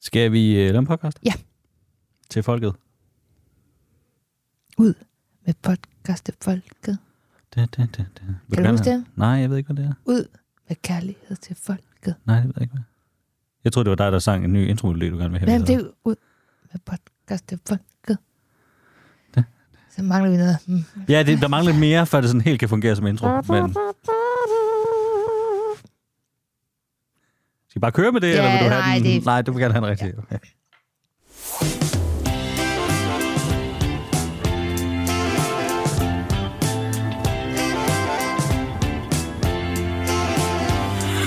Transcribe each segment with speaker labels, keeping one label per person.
Speaker 1: Skal vi øh, lave en podcast?
Speaker 2: Ja.
Speaker 1: Til folket.
Speaker 2: Ud med podcast til folket.
Speaker 1: Da, da, da, da. Vil
Speaker 2: Kan du
Speaker 1: gerne
Speaker 2: huske
Speaker 1: have-
Speaker 2: det?
Speaker 1: Nej, jeg ved ikke, hvad det er.
Speaker 2: Ud med kærlighed til folket.
Speaker 1: Nej, det ved jeg ikke, hvad Jeg troede, det var dig, der sang en ny intro, du gerne vil have.
Speaker 2: Hvem
Speaker 1: med.
Speaker 2: det er ud med podcast til folket?
Speaker 1: Da.
Speaker 2: Så mangler vi noget. Mm.
Speaker 1: Ja, det, der mangler lidt mere, før det sådan helt kan fungere som intro. Men skal vi bare køre med det,
Speaker 2: Ja,
Speaker 1: eller vil du have
Speaker 2: nej,
Speaker 1: den?
Speaker 2: det er-
Speaker 1: Nej, du vil gerne have den rigtige. Ja.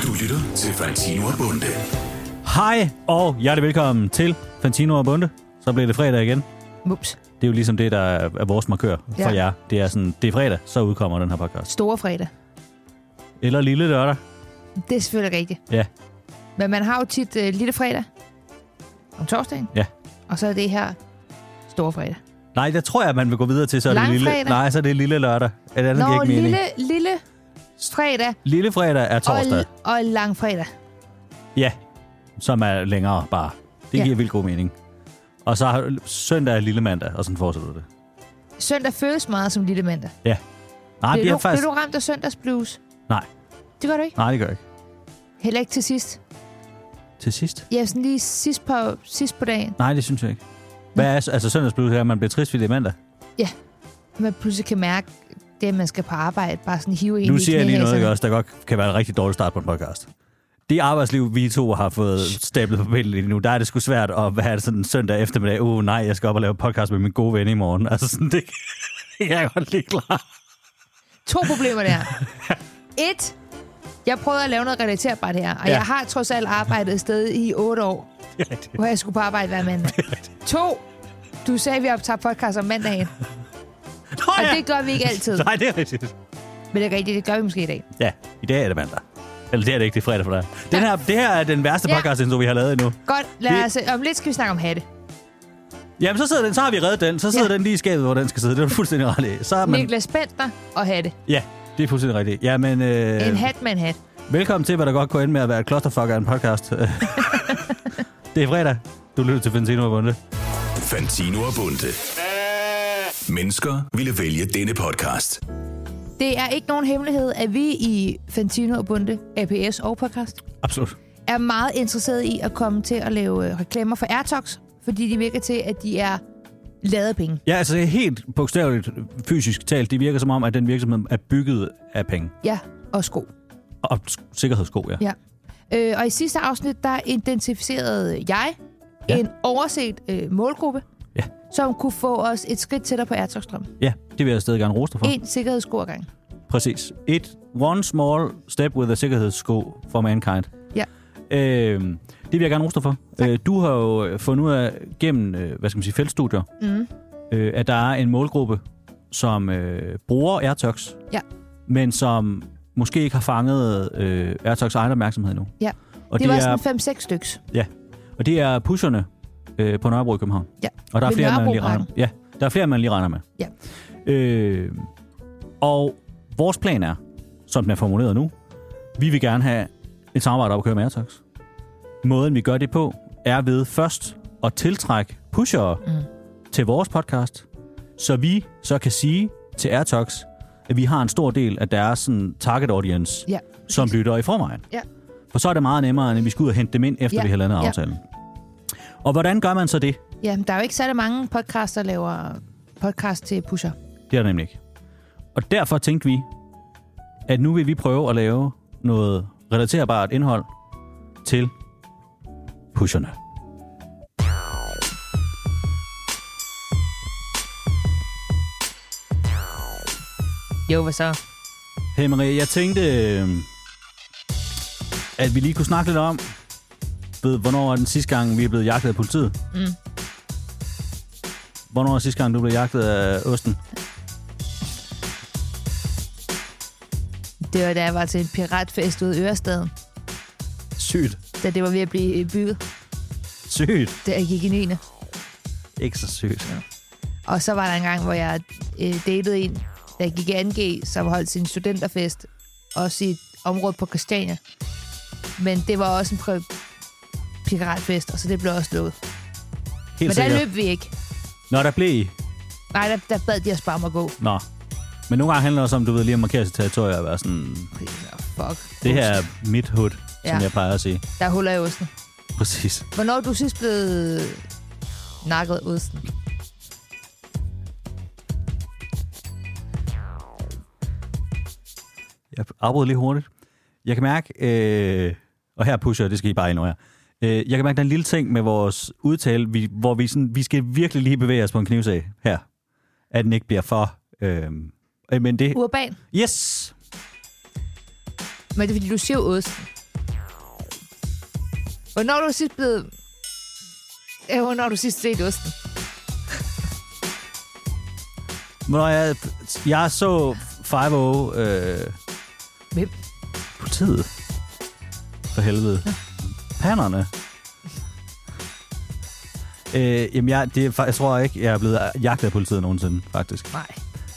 Speaker 3: Du lytter til Fantino og Bunde.
Speaker 1: Hej, og hjertelig velkommen til Fantino og Bunde. Så bliver det fredag igen.
Speaker 2: Mums.
Speaker 1: Det er jo ligesom det, der er er vores markør for
Speaker 2: Ja.
Speaker 1: jer. Det er sådan, det er fredag, så udkommer den her podcast.
Speaker 2: Store fredag.
Speaker 1: Eller lille lørdag.
Speaker 2: Det er selvfølgelig rigtigt.
Speaker 1: Ja.
Speaker 2: Men man har jo tit øh, lille fredag om torsdagen.
Speaker 1: Ja.
Speaker 2: Og så er det her store fredag.
Speaker 1: Nej, der tror jeg, at man vil gå videre til, så er det lille...
Speaker 2: Langfredag.
Speaker 1: Nej, så er det lille lørdag. Er det andet, giver
Speaker 2: Nå,
Speaker 1: ikke mening.
Speaker 2: lille, lille fredag
Speaker 1: lille fredag er
Speaker 2: og,
Speaker 1: torsdag.
Speaker 2: og lang fredag.
Speaker 1: Ja, som er længere bare. Det
Speaker 2: Ja.
Speaker 1: giver vildt god mening. Og så har søndag er lille mandag, og sådan fortsætter det.
Speaker 2: Søndag føles meget som lille mandag.
Speaker 1: Nej, det
Speaker 2: blev,
Speaker 1: er
Speaker 2: du,
Speaker 1: faktisk...
Speaker 2: blev du ramt af søndagsblues?
Speaker 1: Nej.
Speaker 2: Det gør du ikke?
Speaker 1: Nej, det gør jeg ikke.
Speaker 2: Heller ikke til sidst.
Speaker 1: Til sidst?
Speaker 2: Ja, sådan lige sidst på, sidst på dagen.
Speaker 1: Nej, det synes jeg ikke. Hvad er altså søndagsblues her? Man bliver trist ved det er mandag.
Speaker 2: Man pludselig kan mærke det, at man skal på arbejde. Bare sådan hive en
Speaker 1: Nu siger jeg lige
Speaker 2: altså.
Speaker 1: noget, ikke også, der godt kan være en rigtig dårlig start på en podcast. Det arbejdsliv, vi to har fået stablet på billedet lige nu, der er det sgu svært at være sådan en søndag eftermiddag. Uh, nej, jeg skal op og lave podcast med min gode ven i morgen. Altså sådan, det jeg er godt lige klar.
Speaker 2: To problemer der. Et, jeg prøvede at lave noget relaterbart her, og
Speaker 1: Ja.
Speaker 2: ja. jeg har trods alt arbejdet et sted i otte år, hvor jeg skulle på arbejde hver mandag. To, du sagde, at vi optager podcast om mandagen,
Speaker 1: Nå,
Speaker 2: og
Speaker 1: ja.
Speaker 2: det gør vi ikke altid.
Speaker 1: Nej, det er rigtigt.
Speaker 2: Men det er rigtigt, det gør vi måske i dag.
Speaker 1: Ja, i dag er det mandag. Eller det er det ikke, det er fredag for dig. Den her, det her er den værste
Speaker 2: Ja.
Speaker 1: podcast, ja. vi har lavet endnu.
Speaker 2: Godt,
Speaker 1: Det-
Speaker 2: lad os, om lidt skal vi snakke om hatte.
Speaker 1: Jamen, så, sidder den, så har vi reddet den. Så sidder ja.
Speaker 2: Ja.
Speaker 1: den lige i skabet, hvor den skal sidde. Det er du fuldstændig ret i. Så er man,
Speaker 2: Niklas Bentner og hatte.
Speaker 1: ja, det er fuldstændig rigtigt. Jamen, øh,
Speaker 2: En hat med en hat.
Speaker 1: Velkommen til, hvad der godt kunne ende med at være et clusterfuck af en podcast. det er fredag. Du lytter til Fentino og Bunde.
Speaker 3: Fantino og Bunde. Mennesker ville vælge denne podcast.
Speaker 2: Det er ikke nogen hemmelighed, at vi i Fantino og Bunde, APS og podcast,
Speaker 1: Absolut.
Speaker 2: er meget interesseret i at komme til at lave øh, reklamer for Airtox, fordi de virker til, at de er lavet af penge.
Speaker 1: Ja, altså helt bogstaveligt, fysisk talt, det virker som om, at den virksomhed er bygget af penge.
Speaker 2: Ja, og sko.
Speaker 1: Og sk- sikkerhedssko, ja.
Speaker 2: Ja. Øh, og i sidste afsnit, der identificerede jeg
Speaker 1: Ja.
Speaker 2: ja. en overset øh, målgruppe,
Speaker 1: Ja.
Speaker 2: som kunne få os et skridt tættere på Airtox-drøm.
Speaker 1: Ja, det vil jeg stadig gerne roste for.
Speaker 2: En sikkerhedssko ad gangen.
Speaker 1: Præcis. Et one small step with a sikkerhedssko for mankind.
Speaker 2: Ja.
Speaker 1: Øhm, det vil jeg gerne rose dig for. Øh, du har jo fundet ud af gennem, øh, hvad skal man sige, feltstudier,
Speaker 2: Mm.
Speaker 1: øh, at der er en målgruppe, som øh, bruger Airtox,
Speaker 2: Ja.
Speaker 1: men som måske ikke har fanget øh, Airtox egen opmærksomhed endnu.
Speaker 2: Ja.
Speaker 1: Og det,
Speaker 2: Det var
Speaker 1: er,
Speaker 2: sådan 5-6 styks.
Speaker 1: og det er pusherne øh, på Nørrebro i København.
Speaker 2: Ja.
Speaker 1: Og der er,
Speaker 2: Ved
Speaker 1: flere, man lige regner,
Speaker 2: Nørrebroparken.
Speaker 1: ja, der er flere, man lige regner med.
Speaker 2: Ja.
Speaker 1: Øh, og vores plan er, som den er formuleret nu, vi vil gerne have et samarbejde op at køre med Airtox. Måden, vi gør det på, er ved først at tiltrække pushere mm. til vores podcast, så vi så kan sige til Airtox, at vi har en stor del af deres sådan, target audience,
Speaker 2: Ja.
Speaker 1: som lytter i forvejen.
Speaker 2: Ja.
Speaker 1: For så er det meget nemmere, end at vi skal ud og hente dem ind, efter ja.
Speaker 2: Ja.
Speaker 1: vi har landet
Speaker 2: Ja.
Speaker 1: aftalen. Og hvordan gør man så det?
Speaker 2: Ja, men der er jo ikke særlig mange podcasts, der laver podcast til pusher.
Speaker 1: Det er der nemlig ikke. Og derfor tænkte vi, at nu vil vi prøve at lave noget relaterbart indhold til pusherne.
Speaker 2: Jo, hvad så?
Speaker 1: Hey Marie, jeg tænkte, øh, at vi lige kunne snakke lidt om, ved, hvornår er den sidste gang, vi er blevet jagtet af politiet? Mm. Hvornår er sidste gang, du blev jagtet af Østen?
Speaker 2: Det var, da jeg var til en piratfest ude i Ørestaden,
Speaker 1: Sygt.
Speaker 2: da det var ved at blive øh, bygget,
Speaker 1: Sygt.
Speaker 2: da jeg gik i 9.
Speaker 1: Ikke så sygt. Ja.
Speaker 2: Og så var der en gang, hvor jeg øh, datede en, der gik i 2G, som holdt sin studenterfest, også i et område på Christiania. Men det var også en pri- piratfester, så det blev også lukket.
Speaker 1: Helt
Speaker 2: Men der
Speaker 1: sikkert.
Speaker 2: løb vi ikke.
Speaker 1: Nå, der blev I.
Speaker 2: Nej, der, der bad de os bare om at gå.
Speaker 1: Nå. Men nogle gange handler det også om, du ved, lige at markere sit territorie og være sådan,
Speaker 2: Nå, Fuck.
Speaker 1: det her er mit hood, ja. som
Speaker 2: Ja.
Speaker 1: jeg plejer at sige.
Speaker 2: Der er huller i osten.
Speaker 1: Præcis.
Speaker 2: Hvornår er du sidst blevet nakket af osten?
Speaker 1: Jeg afbryder lige hurtigt. Jeg kan mærke, øh, og her pusher jeg, det skal I bare ignorere. Øh, jeg kan mærke, der er en lille ting med vores udtale, vi, hvor vi, sådan, vi skal virkelig lige bevæge os på en knivsag her. At den ikke bliver for... Øh, øh, men det...
Speaker 2: Urban.
Speaker 1: Yes!
Speaker 2: Men det er fordi, du siger jo osten. Hvornår er du sidst blevet... Ja, hvornår har du sidst set osten?
Speaker 1: Når jeg, jeg så 5 øh,
Speaker 2: Hvem?
Speaker 1: Politiet. For helvede. Panderne. Øh, jamen, jeg, det, er fa- jeg tror ikke, jeg er blevet jagtet af politiet nogensinde, faktisk.
Speaker 2: Nej.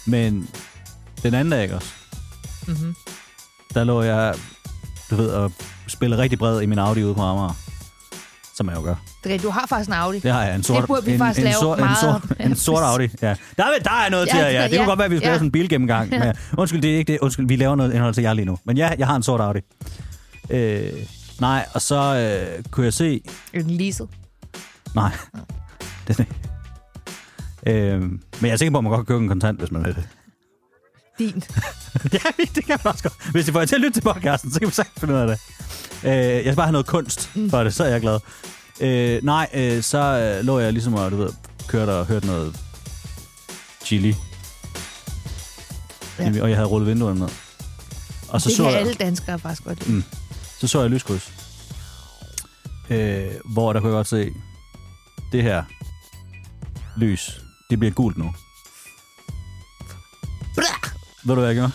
Speaker 1: Men den anden dag, ikke også?
Speaker 2: Mhm.
Speaker 1: Der lå jeg, du ved, og spillede rigtig bred i min Audi ude på Amager. Som jeg jo gør.
Speaker 2: Det er rigtigt. Du har faktisk en Audi.
Speaker 1: Det har jeg. En sort,
Speaker 2: Det burde vi
Speaker 1: en,
Speaker 2: faktisk
Speaker 1: en,
Speaker 2: lave
Speaker 1: sort,
Speaker 2: meget
Speaker 1: en,
Speaker 2: om.
Speaker 1: sort, en sort Audi. Ja. Der, er, der er noget
Speaker 2: Ja,
Speaker 1: til, ja. Det
Speaker 2: ja,
Speaker 1: kunne godt være, at vi skulle
Speaker 2: ja.
Speaker 1: lave sådan en bilgennemgang. Men, undskyld, det er ikke det. Undskyld, vi laver noget indhold til jer lige nu. Men ja, jeg har en sort Audi. Øh, nej, og så øh, kunne jeg se...
Speaker 2: Er den leaset?
Speaker 1: Nej, det er ikke. Øh, men jeg er sikker på, at man godt kan købe en kontant, hvis man vil det.
Speaker 2: Din.
Speaker 1: Ja, det kan man også godt. Hvis de får jer til at lytte til podcasten, så kan vi sagtens finde ud af det. Øh, jeg skal bare have noget kunst
Speaker 2: Mm.
Speaker 1: for det, så er jeg glad. Øh, nej, øh, så øh, lå jeg ligesom og, du ved, kørte og hørte noget chili. Ja.
Speaker 2: Ja.
Speaker 1: Og jeg havde rullet vinduerne ned. Og så
Speaker 2: det
Speaker 1: så,
Speaker 2: kan
Speaker 1: jeg,
Speaker 2: alle danskere faktisk godt lide.
Speaker 1: Mm. så så jeg lyskryds. Øh, hvor der kunne jeg godt se, det her lys, det bliver gult nu.
Speaker 2: Blah!
Speaker 1: Ved du, hvad jeg gjorde?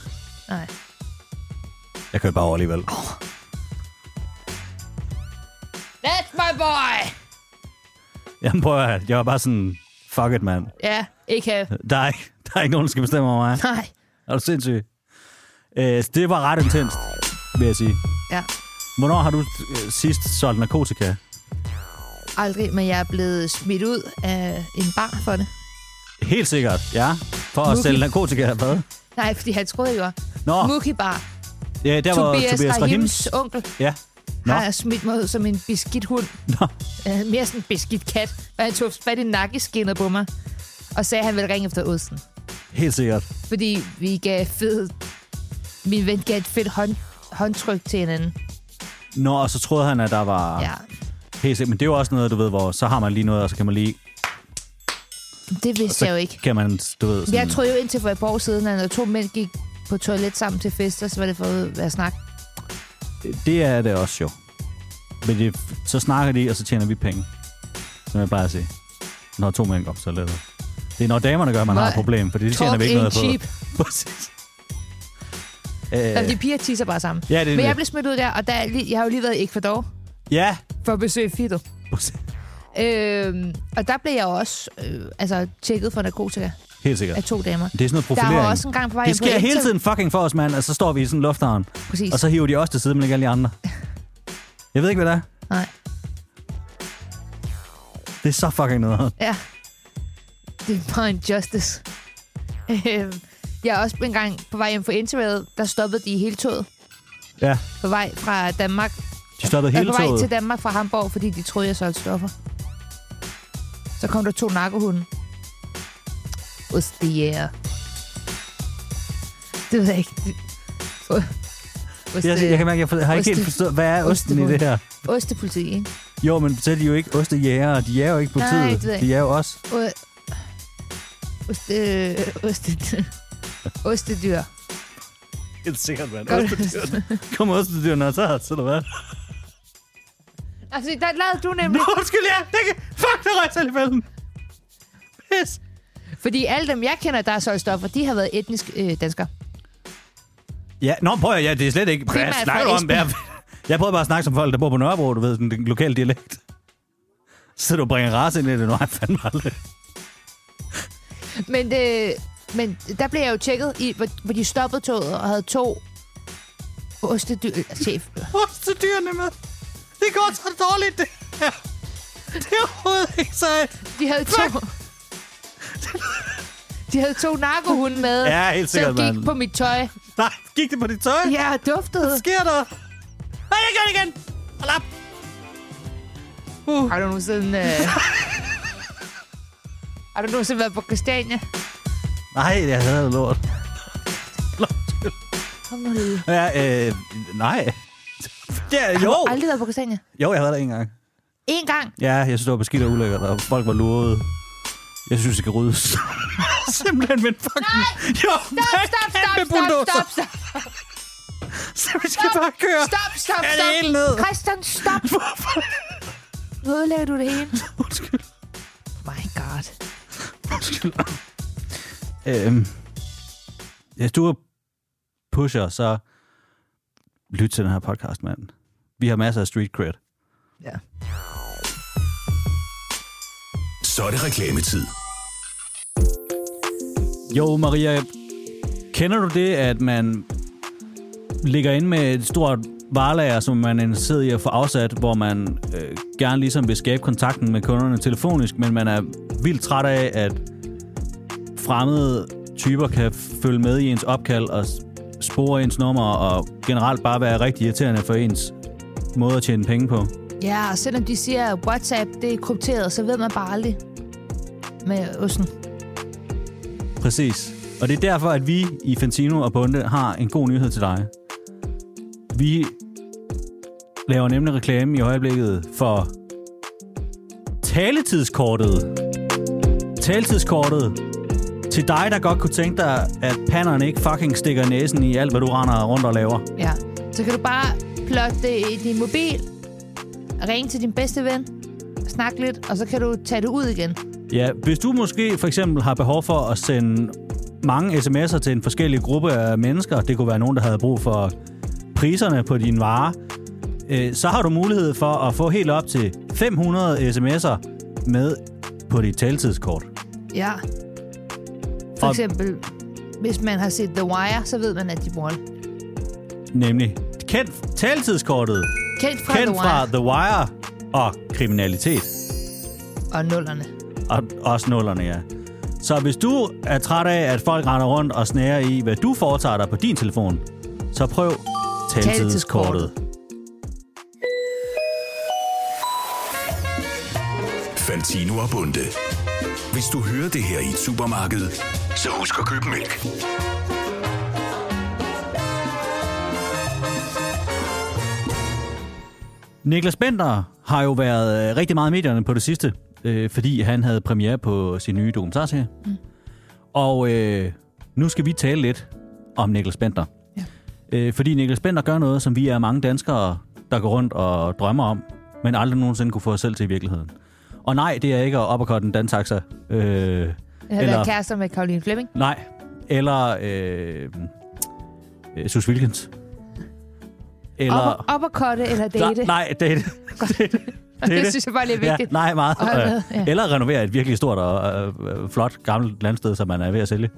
Speaker 2: Nej.
Speaker 1: Jeg kørte bare over alligevel.
Speaker 2: That's my boy!
Speaker 1: Jamen prøv at høre, jeg var bare sådan, fuck it, mand.
Speaker 2: Ja, ikke have.
Speaker 1: Der er, ikke, der er ikke nogen, der skal bestemme over mig.
Speaker 2: Nej.
Speaker 1: Er du sindssyg? Øh, så det var ret intenst, vil jeg sige.
Speaker 2: Ja.
Speaker 1: Hvornår har du øh, sidst solgt narkotika?
Speaker 2: Aldrig, men jeg er blevet smidt ud af en bar for det.
Speaker 1: Helt sikkert, ja. For at
Speaker 2: Mugi.
Speaker 1: sælge narkotika eller hvad?
Speaker 2: Nej, fordi han troede jo.
Speaker 1: Nå,
Speaker 2: Oh. Mookie Bar,
Speaker 1: ja, der var
Speaker 2: Tobias,
Speaker 1: Tobias, Tobias Rahims.
Speaker 2: Rahims onkel,
Speaker 1: Ja. Nå.
Speaker 2: Nå. har smidt mig ud som en beskidt hund.
Speaker 1: Nå.
Speaker 2: Uh, mere sådan en beskidt kat. Og han tog fat i nakkeskinnet på mig. Og sagde, at han ville ringe efter osten.
Speaker 1: Helt sikkert.
Speaker 2: Fordi vi gav fed... Min ven gav et fedt hånd, håndtryk til hinanden.
Speaker 1: Nå, og så troede han, at der var...
Speaker 2: Ja.
Speaker 1: Helt sikkert. Men det er jo også noget, du ved, hvor så har man lige noget, og så kan man lige...
Speaker 2: Det vidste
Speaker 1: Så Mm.
Speaker 2: jeg jo ikke.
Speaker 1: kan man, du ved... Sådan,
Speaker 2: Jeg troede jo indtil for et par år siden, at når to mænd gik på toilet sammen til fester, så var det for at være snak.
Speaker 1: Det er det også jo. Men det, så snakker de, og så tjener vi penge. Som jeg plejer at sige. Når to mænd går på toilettet. Det er når damerne gør, man har et
Speaker 2: Nej.
Speaker 1: problem, for det tjener
Speaker 2: Talk
Speaker 1: vi ikke noget
Speaker 2: ain't cheap.
Speaker 1: på. Præcis. Øh,
Speaker 2: Jamen, de piger tisser bare sammen.
Speaker 1: Ja, det er
Speaker 2: Men jeg
Speaker 1: det.
Speaker 2: blev smidt ud der, og der, er lige- jeg har jo lige været i Ecuador
Speaker 1: Ja.
Speaker 2: for at besøge Fido.
Speaker 1: Præcis.
Speaker 2: Øhm, og der blev jeg også øh, altså, tjekket for narkotika
Speaker 1: Helt sikkert.
Speaker 2: af to damer.
Speaker 1: Det er sådan noget
Speaker 2: Der
Speaker 1: profilering.
Speaker 2: var også en gang på vej
Speaker 1: det
Speaker 2: hjem
Speaker 1: sker
Speaker 2: på
Speaker 1: hele
Speaker 2: Inter-
Speaker 1: tiden fucking for os, mand. Og så står vi i sådan en lufthavn,
Speaker 2: Præcis.
Speaker 1: og så hiver de os til side, men ikke alle de andre. Jeg ved ikke, hvad det er.
Speaker 2: Nej.
Speaker 1: Det er så fucking noget.
Speaker 2: Ja. Det er bare en justice. Øhm, jeg er også en gang på vej hjem fra Interrail, der stoppede de hele toget
Speaker 1: Ja,
Speaker 2: på vej fra Danmark. Øh,
Speaker 1: de stoppede hele
Speaker 2: på vej
Speaker 1: toget.
Speaker 2: til Danmark fra Hamburg, fordi de troede, jeg solgte stoffer. Så kom der to narkohunde. Ostier. Det ved jeg ikke. Oste,
Speaker 1: Jeg, jeg kan mærke, jeg for- har ikke helt
Speaker 2: Oste-
Speaker 1: forstået, hvad er osten i
Speaker 2: ostehund.
Speaker 1: det her?
Speaker 2: Ostepoliti, ikke?
Speaker 1: Jo, men så er de jo ikke ostejæger, de jager jo ikke
Speaker 2: Nej,
Speaker 1: politiet.
Speaker 2: det ved jeg
Speaker 1: de er jo os.
Speaker 2: O- Oste... Øh, oste... Ostedyr.
Speaker 1: Helt sikkert, mand.
Speaker 2: Godt.
Speaker 1: Kom ostedyrene og tager os, eller hvad?
Speaker 2: Altså, der lavede du nemlig...
Speaker 1: Nå, undskyld, ja. Det kan... Fuck, der røg jeg selv i fælden. Pis.
Speaker 2: Fordi alle dem, jeg kender, der har solgt stoffer, de har været etnisk øh, danskere.
Speaker 1: Ja, nå, prøv at ja, det er slet ikke...
Speaker 2: Primært
Speaker 1: Hvad snakker du
Speaker 2: fra
Speaker 1: om? Der? Jeg prøvede bare at snakke som folk, der bor på Nørrebro, du ved, sådan den lokale dialekt. Så du bringer race ind i det nu, har jeg fandme aldrig.
Speaker 2: Men, øh, men der blev jeg jo tjekket, i, hvor, hvor de stoppede toget og havde to ostedyr... Chef.
Speaker 1: Ostedyrene med. Det går så dårligt, det. Det er overhovedet ikke sejt.
Speaker 2: De havde to... De havde to narkohunde med,
Speaker 1: Ja, helt sikkert,
Speaker 2: som gik
Speaker 1: mand.
Speaker 2: på mit tøj.
Speaker 1: Nej, gik det på dit tøj?
Speaker 2: Ja, og duftede.
Speaker 1: Hvad sker der? Nej, jeg gør det igen. Hold op.
Speaker 2: Har du nogensinde... Øh... Har du nogensinde været på Christiania?
Speaker 1: Nej, jeg havde lort.
Speaker 2: Kom nu lige.
Speaker 1: Ja, øh, nej. Ja, jo.
Speaker 2: Har du Oh. aldrig været på Christiania?
Speaker 1: Jo, jeg havde der en gang.
Speaker 2: En gang.
Speaker 1: Ja, jeg synes, det var beskidt og ulækkert, og folk var lurede. Jeg synes, det kan ryddes. Simpelthen, men fucking... Nej! Jo,
Speaker 2: Stop, stop, stop, stop, stop, stop.
Speaker 1: Så vi skal bare køre.
Speaker 2: Stop, stop,
Speaker 1: Er det
Speaker 2: stop.
Speaker 1: hele ned?
Speaker 2: Christian, stop.
Speaker 1: Hvorfor?
Speaker 2: Nu ødelægger du det hele.
Speaker 1: Undskyld.
Speaker 2: My God.
Speaker 1: Undskyld. øhm, hvis du er pusher, så lyt til den her podcast, mand. Vi har masser af street cred.
Speaker 2: Ja.
Speaker 3: Så er det reklametid.
Speaker 1: Jo, Maria, kender du det, at man ligger inde med et stort varelager, som man er interesseret i at få afsat, hvor man øh, gerne ligesom vil skabe kontakten med kunderne telefonisk, men man er vildt træt af, at fremmede typer kan følge med i ens opkald og s- spore ens nummer og generelt bare være rigtig irriterende for ens måde at tjene penge på.
Speaker 2: Ja, og selvom de siger, at WhatsApp det er krypteret, så ved man bare aldrig med osten.
Speaker 1: Præcis. Og det er derfor, at vi i Fantino og Bunde har en god nyhed til dig. Vi laver nemlig reklame i øjeblikket for taletidskortet. Taletidskortet til dig, der godt kunne tænke dig, at panderne ikke fucking stikker næsen i alt, hvad du render rundt og laver.
Speaker 2: Ja. Så kan du bare plotte det i din mobil, ringe til din bedste ven, snakke lidt, og så kan du tage det ud igen.
Speaker 1: Ja, hvis du måske for eksempel har behov for at sende mange sms'er til en forskellig gruppe af mennesker, det kunne være nogen, der havde brug for priserne på dine varer, øh, så har du mulighed for at få helt op til 500 sms'er med på dit taltidskort.
Speaker 2: Ja. For
Speaker 1: Og-
Speaker 2: eksempel, hvis man har set The Wire, så ved man, at de bruger det.
Speaker 1: Nemlig kendt taltidskortet,
Speaker 2: Kendt fra
Speaker 1: kendt
Speaker 2: The
Speaker 1: fra
Speaker 2: Wire
Speaker 1: The Wire og kriminalitet.
Speaker 2: og nullerne.
Speaker 1: Og også nullerne, ja. Så hvis du er træt af, at folk render rundt og snærer i, hvad du foretager dig på din telefon, så prøv taletidskortet.
Speaker 3: Fantino og Bunde. Hvis du hører det her i et supermarked, så husk at købe mælk.
Speaker 1: Niklas Bender har jo været øh, rigtig meget i medierne på det sidste, øh, fordi han havde premiere på sin nye dokumentarserie. Mm. Og øh, nu skal vi tale lidt om Niklas Bender.
Speaker 2: Ja.
Speaker 1: Øh, fordi Niklas Bender gør noget, som vi er mange danskere, der går rundt og drømmer om, men aldrig nogensinde kunne få os selv til i virkeligheden. Og nej, det er ikke at uppercut en dantaxa. Øh,
Speaker 2: Jeg har været kærester med Caroline Fleming.
Speaker 1: Nej. Eller øh, øh, Sus Wilkins.
Speaker 2: Eller...
Speaker 1: Eller...
Speaker 2: Op, og kotte eller date.
Speaker 1: Nej, nej, date. date.
Speaker 2: det synes jeg bare lige er
Speaker 1: Ja,
Speaker 2: vigtigt.
Speaker 1: nej, meget. Øh,
Speaker 2: At holde med, ja.
Speaker 1: Eller renovere et virkelig stort og øh, øh, flot gammelt landsted, som man er ved at sælge.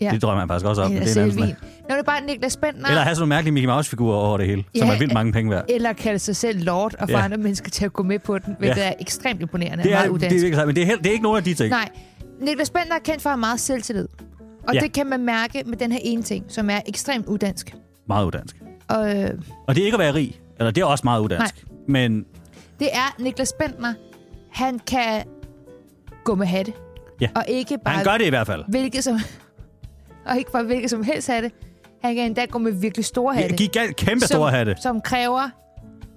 Speaker 2: Ja.
Speaker 1: Det drømmer man faktisk også om. men
Speaker 2: Eller
Speaker 1: det er en anden
Speaker 2: sælge vin.
Speaker 1: snak.
Speaker 2: Nå, det er bare Niklas Bentner.
Speaker 1: Eller have sådan nogle mærkelige Mickey Mouse-figurer over det hele, ja. som
Speaker 2: Ja,
Speaker 1: er vildt mange penge værd.
Speaker 2: eller kalde sig selv lord og få
Speaker 1: Ja.
Speaker 2: ja. andre mennesker til at gå med på den, hvilket
Speaker 1: Ja.
Speaker 2: ja. er ekstremt imponerende
Speaker 1: Det er,
Speaker 2: og meget
Speaker 1: det er,
Speaker 2: udansk.
Speaker 1: virkelig, sejt, men det er, helt, det er ikke nogen af de ting.
Speaker 2: Nej, Niklas Bender er kendt for at have meget selvtillid.
Speaker 1: Ja.
Speaker 2: Og ja. det kan man mærke med den her ene ting, som er ekstremt udansk.
Speaker 1: Meget udansk.
Speaker 2: Og øh,
Speaker 1: Og det er ikke at være rig. Eller det er også meget udansk. Nej. Men
Speaker 2: det er Niklas Bender, han kan gå med hatte.
Speaker 1: Ja.
Speaker 2: Og ikke bare
Speaker 1: han gør det i hvert fald.
Speaker 2: hvilket som... Og ikke bare hvilket som helst hatte. Han kan endda gå med virkelig store hatte.
Speaker 1: Gigant, kæmpe
Speaker 2: som,
Speaker 1: store hatte.
Speaker 2: Som kræver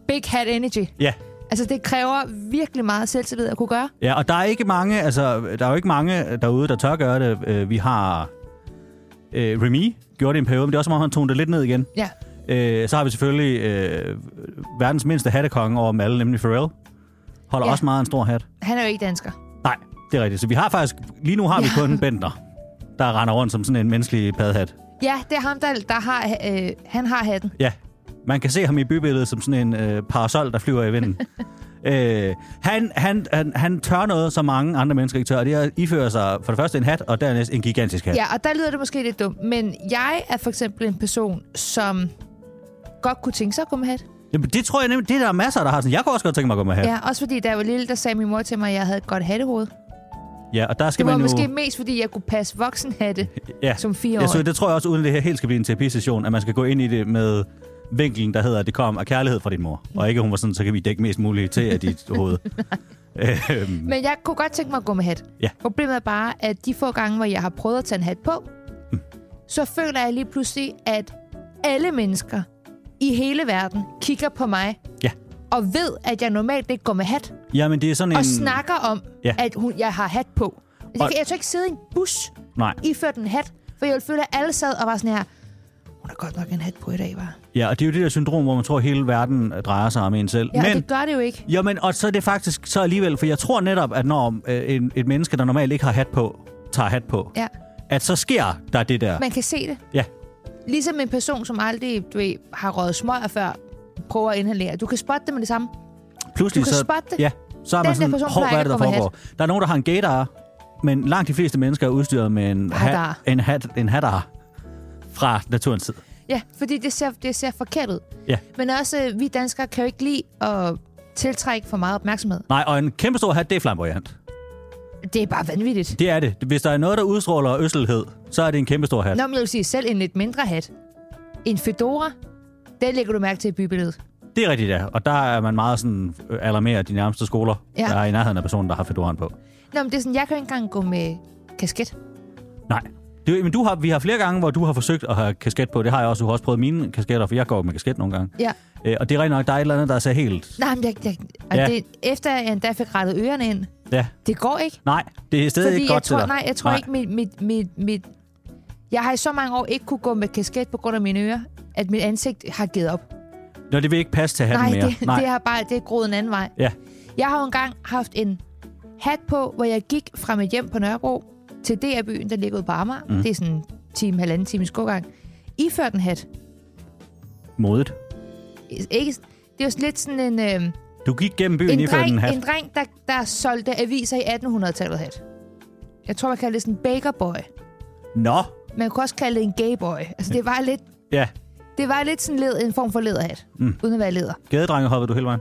Speaker 2: big hat energy.
Speaker 1: Ja.
Speaker 2: Altså, det kræver virkelig meget selvtillid at kunne gøre.
Speaker 1: Ja, og der er ikke mange, altså, der er jo ikke mange derude, der tør gøre det. Øh, Vi har øh, Remy, gjorde det i en periode, men det er også meget, han tonede det lidt ned igen.
Speaker 2: Ja.
Speaker 1: Øh, så har vi selvfølgelig øh, verdens mindste hattekonge over dem alle, nemlig Pharrell. Holder ja.
Speaker 2: Ja.
Speaker 1: også meget en stor hat.
Speaker 2: Han er jo ikke dansker.
Speaker 1: Nej, det er rigtigt. Så vi har faktisk, lige nu har vi
Speaker 2: Ja.
Speaker 1: kun Bender, der render rundt som sådan en menneskelig padhat.
Speaker 2: Ja, det er ham, der, der har, øh, han har hatten.
Speaker 1: Ja, man kan se ham i bybilledet som sådan en øh, parasol, der flyver i vinden. øh, han, han, han, han tør noget, som mange andre mennesker ikke tør. og Det er at iføre sig for det første en hat, og dernæst en gigantisk hat.
Speaker 2: Ja, og der lyder det måske lidt dumt, men jeg er for eksempel en person, som godt kunne tænke sig at gå med hat.
Speaker 1: Jamen, det tror jeg nemlig, det er der masser, der har sådan. Jeg kunne også godt tænke mig at gå med hat. Ja.
Speaker 2: Ja, også fordi da jeg var lille, der sagde min mor til mig, at jeg havde et godt hattehoved.
Speaker 1: ja, og der
Speaker 2: Det
Speaker 1: skal
Speaker 2: var
Speaker 1: man jo...
Speaker 2: måske mest, fordi jeg kunne passe voksenhatte.
Speaker 1: ja.
Speaker 2: som
Speaker 1: ja,
Speaker 2: fireårig.
Speaker 1: så det tror jeg også, uden det her helt skal blive en terapisession, at man skal gå ind i det med vinklen, der hedder, at det kom af kærlighed fra din mor. Og ikke, hun var sådan, så kan vi dække mest muligt til af dit hoved. øhm,
Speaker 2: Men jeg kunne godt tænke mig at gå med hat.
Speaker 1: Ja.
Speaker 2: Problemet er bare, at de få gange, hvor jeg har prøvet at tage en hat på, så føler jeg lige pludselig, at alle mennesker i hele verden kigger på mig
Speaker 1: ja.
Speaker 2: og ved, at jeg normalt ikke går med hat,
Speaker 1: Jamen, det er sådan en...
Speaker 2: og snakker om,
Speaker 1: Ja.
Speaker 2: ja. at hun, jeg har hat på. Jeg,
Speaker 1: Og-
Speaker 2: kan, jeg tør ikke sidde i en bus
Speaker 1: Nej.
Speaker 2: iført en hat, for jeg ville føle, at alle sad og var sådan her, hun har godt nok en hat på i dag, var.
Speaker 1: Ja, og det er jo det der syndrom, hvor man tror, at hele verden drejer sig om en selv.
Speaker 2: Ja, Men...
Speaker 1: Men
Speaker 2: det gør det jo ikke.
Speaker 1: Jamen, og så er det faktisk så alligevel, for jeg tror netop, at når øh, en, et menneske, der normalt ikke har hat på, tager hat på,
Speaker 2: Ja.
Speaker 1: at så sker der det der.
Speaker 2: Man kan se det.
Speaker 1: Ja,
Speaker 2: Ligesom en person, som aldrig du ved, har røget smøger før, prøver at inhalere. Du kan spotte det med det samme.
Speaker 1: pludselig
Speaker 2: Du kan
Speaker 1: så...
Speaker 2: spotte det.
Speaker 1: Ja, så er
Speaker 2: Den
Speaker 1: man
Speaker 2: der
Speaker 1: sådan,
Speaker 2: person
Speaker 1: hov,
Speaker 2: plejer
Speaker 1: hvad er det,
Speaker 2: ikke
Speaker 1: der
Speaker 2: at gå med
Speaker 1: foregår? Der er nogen, der har en gaydar, men langt de fleste mennesker er udstyret med en, hat,
Speaker 2: Hadar.
Speaker 1: en, hat, en hadar fra naturens tid.
Speaker 2: Ja, fordi det ser, det ser forkert ud.
Speaker 1: Ja.
Speaker 2: Men også, øh, vi danskere kan jo ikke lide at tiltrække for meget opmærksomhed.
Speaker 1: Nej, og en kæmpe stor hat, det er flamboyant.
Speaker 2: Det er bare vanvittigt.
Speaker 1: Det er det. Hvis der er noget, der udstråler øsselhed, så er det en kæmpe stor hat.
Speaker 2: Nå, men jeg vil sige, selv en lidt mindre hat. En fedora, den lægger du mærke til i bybilledet.
Speaker 1: Det er rigtigt, ja. Og der er man meget sådan øh, alarmeret de nærmeste skoler,
Speaker 2: Ja.
Speaker 1: der er i nærheden af personen, der har fedoraen på.
Speaker 2: Nå, men det er sådan, jeg kan jo ikke engang gå med kasket.
Speaker 1: Nej. Det, men du har, vi har flere gange, hvor du har forsøgt at have kasket på. Det har jeg også. Du har også prøvet mine kasketter, for jeg går med kasket nogle gange.
Speaker 2: Ja.
Speaker 1: Øh, og det er rent nok, der er et eller andet, der ser helt...
Speaker 2: Nej, men jeg, jeg, og
Speaker 1: Ja.
Speaker 2: ja. det, efter jeg endda fik rettet ørerne ind,
Speaker 1: Ja.
Speaker 2: det går ikke.
Speaker 1: Nej, det er stadig
Speaker 2: Fordi
Speaker 1: ikke godt
Speaker 2: jeg tror,
Speaker 1: til dig.
Speaker 2: nej, jeg tror ikke, mit, mit, mit, mit, jeg har i så mange år ikke kunne gå med kasket på grund af mine ører, at mit ansigt har givet op.
Speaker 1: Nå, det vil ikke passe til hatten
Speaker 2: nej,
Speaker 1: mere.
Speaker 2: det, det har bare det er groet en anden vej.
Speaker 1: Ja.
Speaker 2: Jeg har jo engang haft en hat på, hvor jeg gik fra mit hjem på Nørrebro til DR-byen, der ligger ude på Amager. Mm. Det er sådan en time, halvanden times gågang. Iført en hat.
Speaker 1: Modigt.
Speaker 2: Ikke, det er jo lidt sådan en, øh,
Speaker 1: Du gik gennem byen
Speaker 2: en,
Speaker 1: i en
Speaker 2: dreng,
Speaker 1: hat.
Speaker 2: en dreng, der, der solgte aviser i 1800-tallet hat. Jeg tror, man kalder det sådan en bakerboy.
Speaker 1: Nå,
Speaker 2: Man kunne også kalde det en gayboy. Altså, det var lidt,
Speaker 1: ja.
Speaker 2: det var lidt sådan led, en form for lederhat, mm. uden at være leder.
Speaker 1: Gadedrenge hoppede du hele vejen.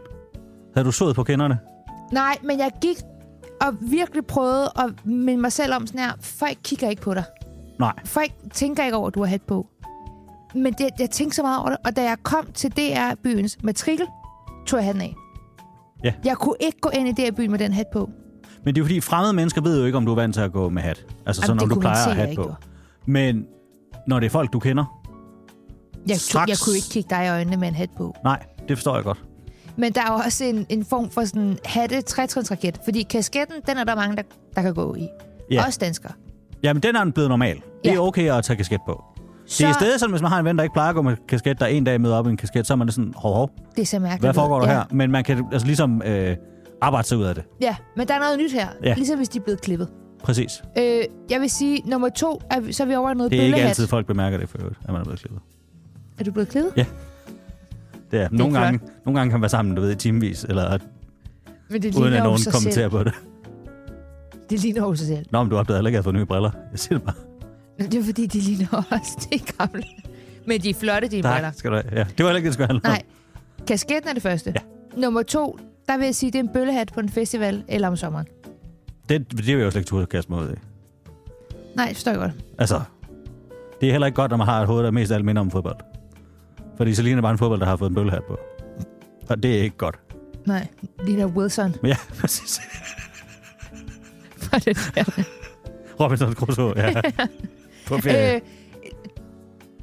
Speaker 1: Havde du sået på kenderne?
Speaker 2: Nej, men jeg gik og virkelig prøvede at minde mig selv om sådan her, folk kigger ikke på dig.
Speaker 1: Nej.
Speaker 2: Folk tænker ikke over, at du har hat på. Men det, jeg tænkte så meget over det, og da jeg kom til DR-byens matrikel, tog jeg hatten af.
Speaker 1: Ja.
Speaker 2: Jeg kunne ikke gå ind i DR-byen med den hat på.
Speaker 1: Men det er jo fordi, fremmede mennesker ved jo ikke, om du er vant til at gå med hat. Altså sådan,
Speaker 2: Jamen,
Speaker 1: om du
Speaker 2: det kunne man
Speaker 1: plejer
Speaker 2: se,
Speaker 1: at
Speaker 2: jeg
Speaker 1: have hat
Speaker 2: ikke
Speaker 1: på.
Speaker 2: gjorde.
Speaker 1: Men når det er folk, du kender,
Speaker 2: Jeg,
Speaker 1: Straks.
Speaker 2: tog, jeg kunne ikke kigge dig i øjnene med en hat på.
Speaker 1: nej, det forstår jeg godt.
Speaker 2: Men der er jo også en, en form for sådan hatte trætrinsraket, fordi kasketten, den er der mange, der, der kan gå i.
Speaker 1: Ja.
Speaker 2: Også danskere.
Speaker 1: Jamen, den er blevet normal. Det er
Speaker 2: Ja.
Speaker 1: okay at tage kasket på.
Speaker 2: Så
Speaker 1: Det er i stedet sådan, hvis man har en ven, der ikke plejer at gå med kasket, der en dag møder op i en kasket, så er man lidt sådan, hov, hov,
Speaker 2: det ser mærkeligt
Speaker 1: hvad
Speaker 2: ud.
Speaker 1: foregår der
Speaker 2: ja.
Speaker 1: her? Men man kan altså ligesom øh, arbejde sig ud af det.
Speaker 2: Ja, men der er noget nyt her.
Speaker 1: Ja.
Speaker 2: Ja. Ligesom hvis de er blevet klippet.
Speaker 1: Præcis.
Speaker 2: Øh, jeg vil sige, nummer to, er, vi- så er vi over i noget
Speaker 1: Det er ikke
Speaker 2: bøllehat.
Speaker 1: altid, folk bemærker det for øvrigt, at man er blevet klippet.
Speaker 2: Er du blevet klippet?
Speaker 1: Ja. Det er, nogle,
Speaker 2: er
Speaker 1: gange, nogle gange kan man være sammen, du ved, i timevis, eller at,
Speaker 2: Men det
Speaker 1: uden
Speaker 2: ligner
Speaker 1: at
Speaker 2: jo
Speaker 1: nogen
Speaker 2: sig
Speaker 1: kommenterer
Speaker 2: selv.
Speaker 1: på det.
Speaker 2: Det ligner jo sig selv.
Speaker 1: Nå, men du opdagede heller ikke, at jeg har fået nye briller. Jeg siger det bare.
Speaker 2: Men det er fordi, de ligner også de gamle. Men de er flotte, de briller.
Speaker 1: Tak, skal du have. Ja, det var heller ikke, det skulle handle om.
Speaker 2: Nej. Kasketten er det første. Ja. Nummer to, der vil jeg sige, det er en bøllehat på en festival eller om sommeren.
Speaker 1: Det, det vil jeg jo slet ikke turde kaste mig ud i.
Speaker 2: Nej, det forstår jeg godt.
Speaker 1: Altså, det er heller ikke godt, når man har et hoved, der mest af alt minder om fodbold. Fordi så ligner det bare en fodbold, der har fået en bøllehat på. Og det er ikke godt.
Speaker 2: Nej, ligner Wilson.
Speaker 1: Men ja, præcis.
Speaker 2: fra den her.
Speaker 1: Robinson Crusoe, ja. På ferie.
Speaker 2: øh,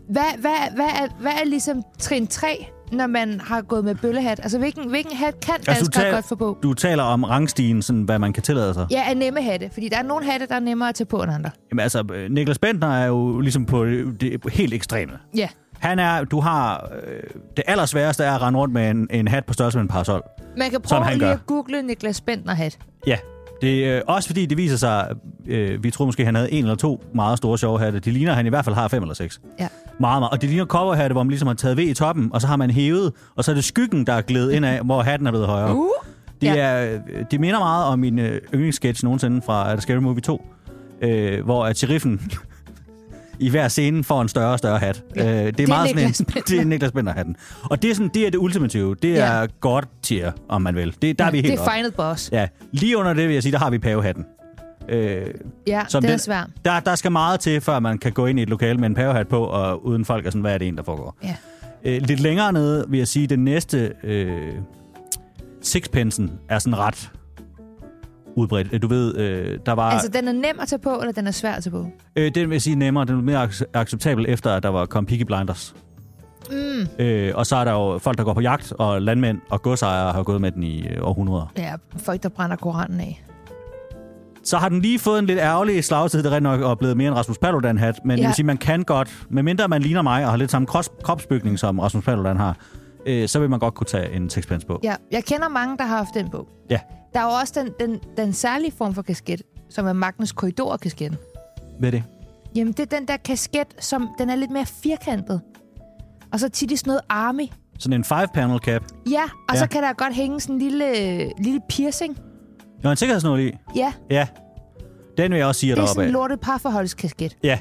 Speaker 2: hvad, hvad, hvad, er, hvad er ligesom trin 3, når man har gået med bøllehat? Altså, hvilken, hvilken hat kan danskere
Speaker 1: Altså, du tager-
Speaker 2: godt få på?
Speaker 1: Du taler om rangstigen, sådan, hvad man kan tillade sig.
Speaker 2: Ja, er nemme hatte. Fordi der er nogle hatte, der er nemmere at tage på end andre.
Speaker 1: Jamen, altså, øh, Niklas Bentner er jo ligesom på det, det helt ekstreme.
Speaker 2: Ja.
Speaker 1: Han er, du har, øh, det allersværeste er at rende rundt med en, en hat på størrelse med en parasol.
Speaker 2: Man kan
Speaker 1: Som
Speaker 2: prøve
Speaker 1: han
Speaker 2: lige
Speaker 1: gør.
Speaker 2: at google Niklas Bentner hat.
Speaker 1: Ja, det er øh, også fordi, det viser sig, øh, vi tror måske, han havde en eller to meget store sjove hatte. De ligner, han i hvert fald har fem eller seks.
Speaker 2: Ja.
Speaker 1: Meget, meget. Og det ligner coverhatte, hvor man ligesom har taget ved i toppen, og så har man hævet, og så er det skyggen, der er glædet ind af, hvor hatten er blevet højere.
Speaker 2: Uh!
Speaker 1: Det,
Speaker 2: Ja.
Speaker 1: er, øh, det minder meget om min øh, yndlingssketch nogensinde fra er det Scary Movie 2, øh, hvor at sheriffen i hver scene får en større og større hat.
Speaker 2: Ja.
Speaker 1: Øh, det er
Speaker 2: Det er
Speaker 1: meget sådan
Speaker 2: Niklas
Speaker 1: en,
Speaker 2: Bender.
Speaker 1: det er Niklas Bender hatten. Og det er, sådan, det er det ultimative. Det er
Speaker 2: Ja.
Speaker 1: godt tier, om man vil. Det, der er vi helt
Speaker 2: det er
Speaker 1: oppe.
Speaker 2: final boss.
Speaker 1: Ja, lige under det vil jeg sige, der har vi pavehatten. Øh,
Speaker 2: Ja,
Speaker 1: som
Speaker 2: det
Speaker 1: den-
Speaker 2: er svært.
Speaker 1: der, der skal meget til, før man kan gå ind i et lokale med en pavehat på, og uden folk er sådan, hvad er det en, der foregår?
Speaker 2: Ja.
Speaker 1: Øh, lidt længere nede vil jeg sige, den næste øh, sixpensen er sådan ret udbredt. Øh, Du ved, øh, der var...
Speaker 2: Altså, den er nem at tage på, eller den er svær at tage på?
Speaker 1: Øh, den vil jeg sige nemmere. Den er mere ac- acceptabel efter, at der var kom Peaky Blinders.
Speaker 2: Mm.
Speaker 1: Øh, og så er der jo folk, der går på jagt, og landmænd og godsejere har gået med den i øh, århundreder.
Speaker 2: Ja, folk, der brænder koranen af.
Speaker 1: Så har den lige fået en lidt ærgerlig slagside, det er rigtig nok, og blevet mere en Rasmus Paludan-hat. Men ja. jeg
Speaker 2: Ja.
Speaker 1: vil sige, man kan godt, medmindre man ligner mig og har lidt samme kros- kropsbygning, som Rasmus Paludan har, øh, så vil man godt kunne tage en sixpence på.
Speaker 2: Ja, jeg kender mange, der har haft den på.
Speaker 1: Ja.
Speaker 2: Der er jo også den, den, den særlige form for kasket, som er Magnus Korridor-kasketten.
Speaker 1: Hvad er det?
Speaker 2: Jamen, det er den der kasket, som den er lidt mere firkantet. Og så tit i sådan noget army.
Speaker 1: Sådan en five-panel cap.
Speaker 2: Ja, og ja.
Speaker 1: Ja.
Speaker 2: så kan der godt hænge sådan en lille, øh, lille piercing.
Speaker 1: Nå, en sikkerhedsnål i.
Speaker 2: Ja,
Speaker 1: Ja. Den vil jeg også sige, at
Speaker 2: det
Speaker 1: der
Speaker 2: er
Speaker 1: er
Speaker 2: sådan en
Speaker 1: oppe af.
Speaker 2: lortet parforholdskasket.
Speaker 1: Ja.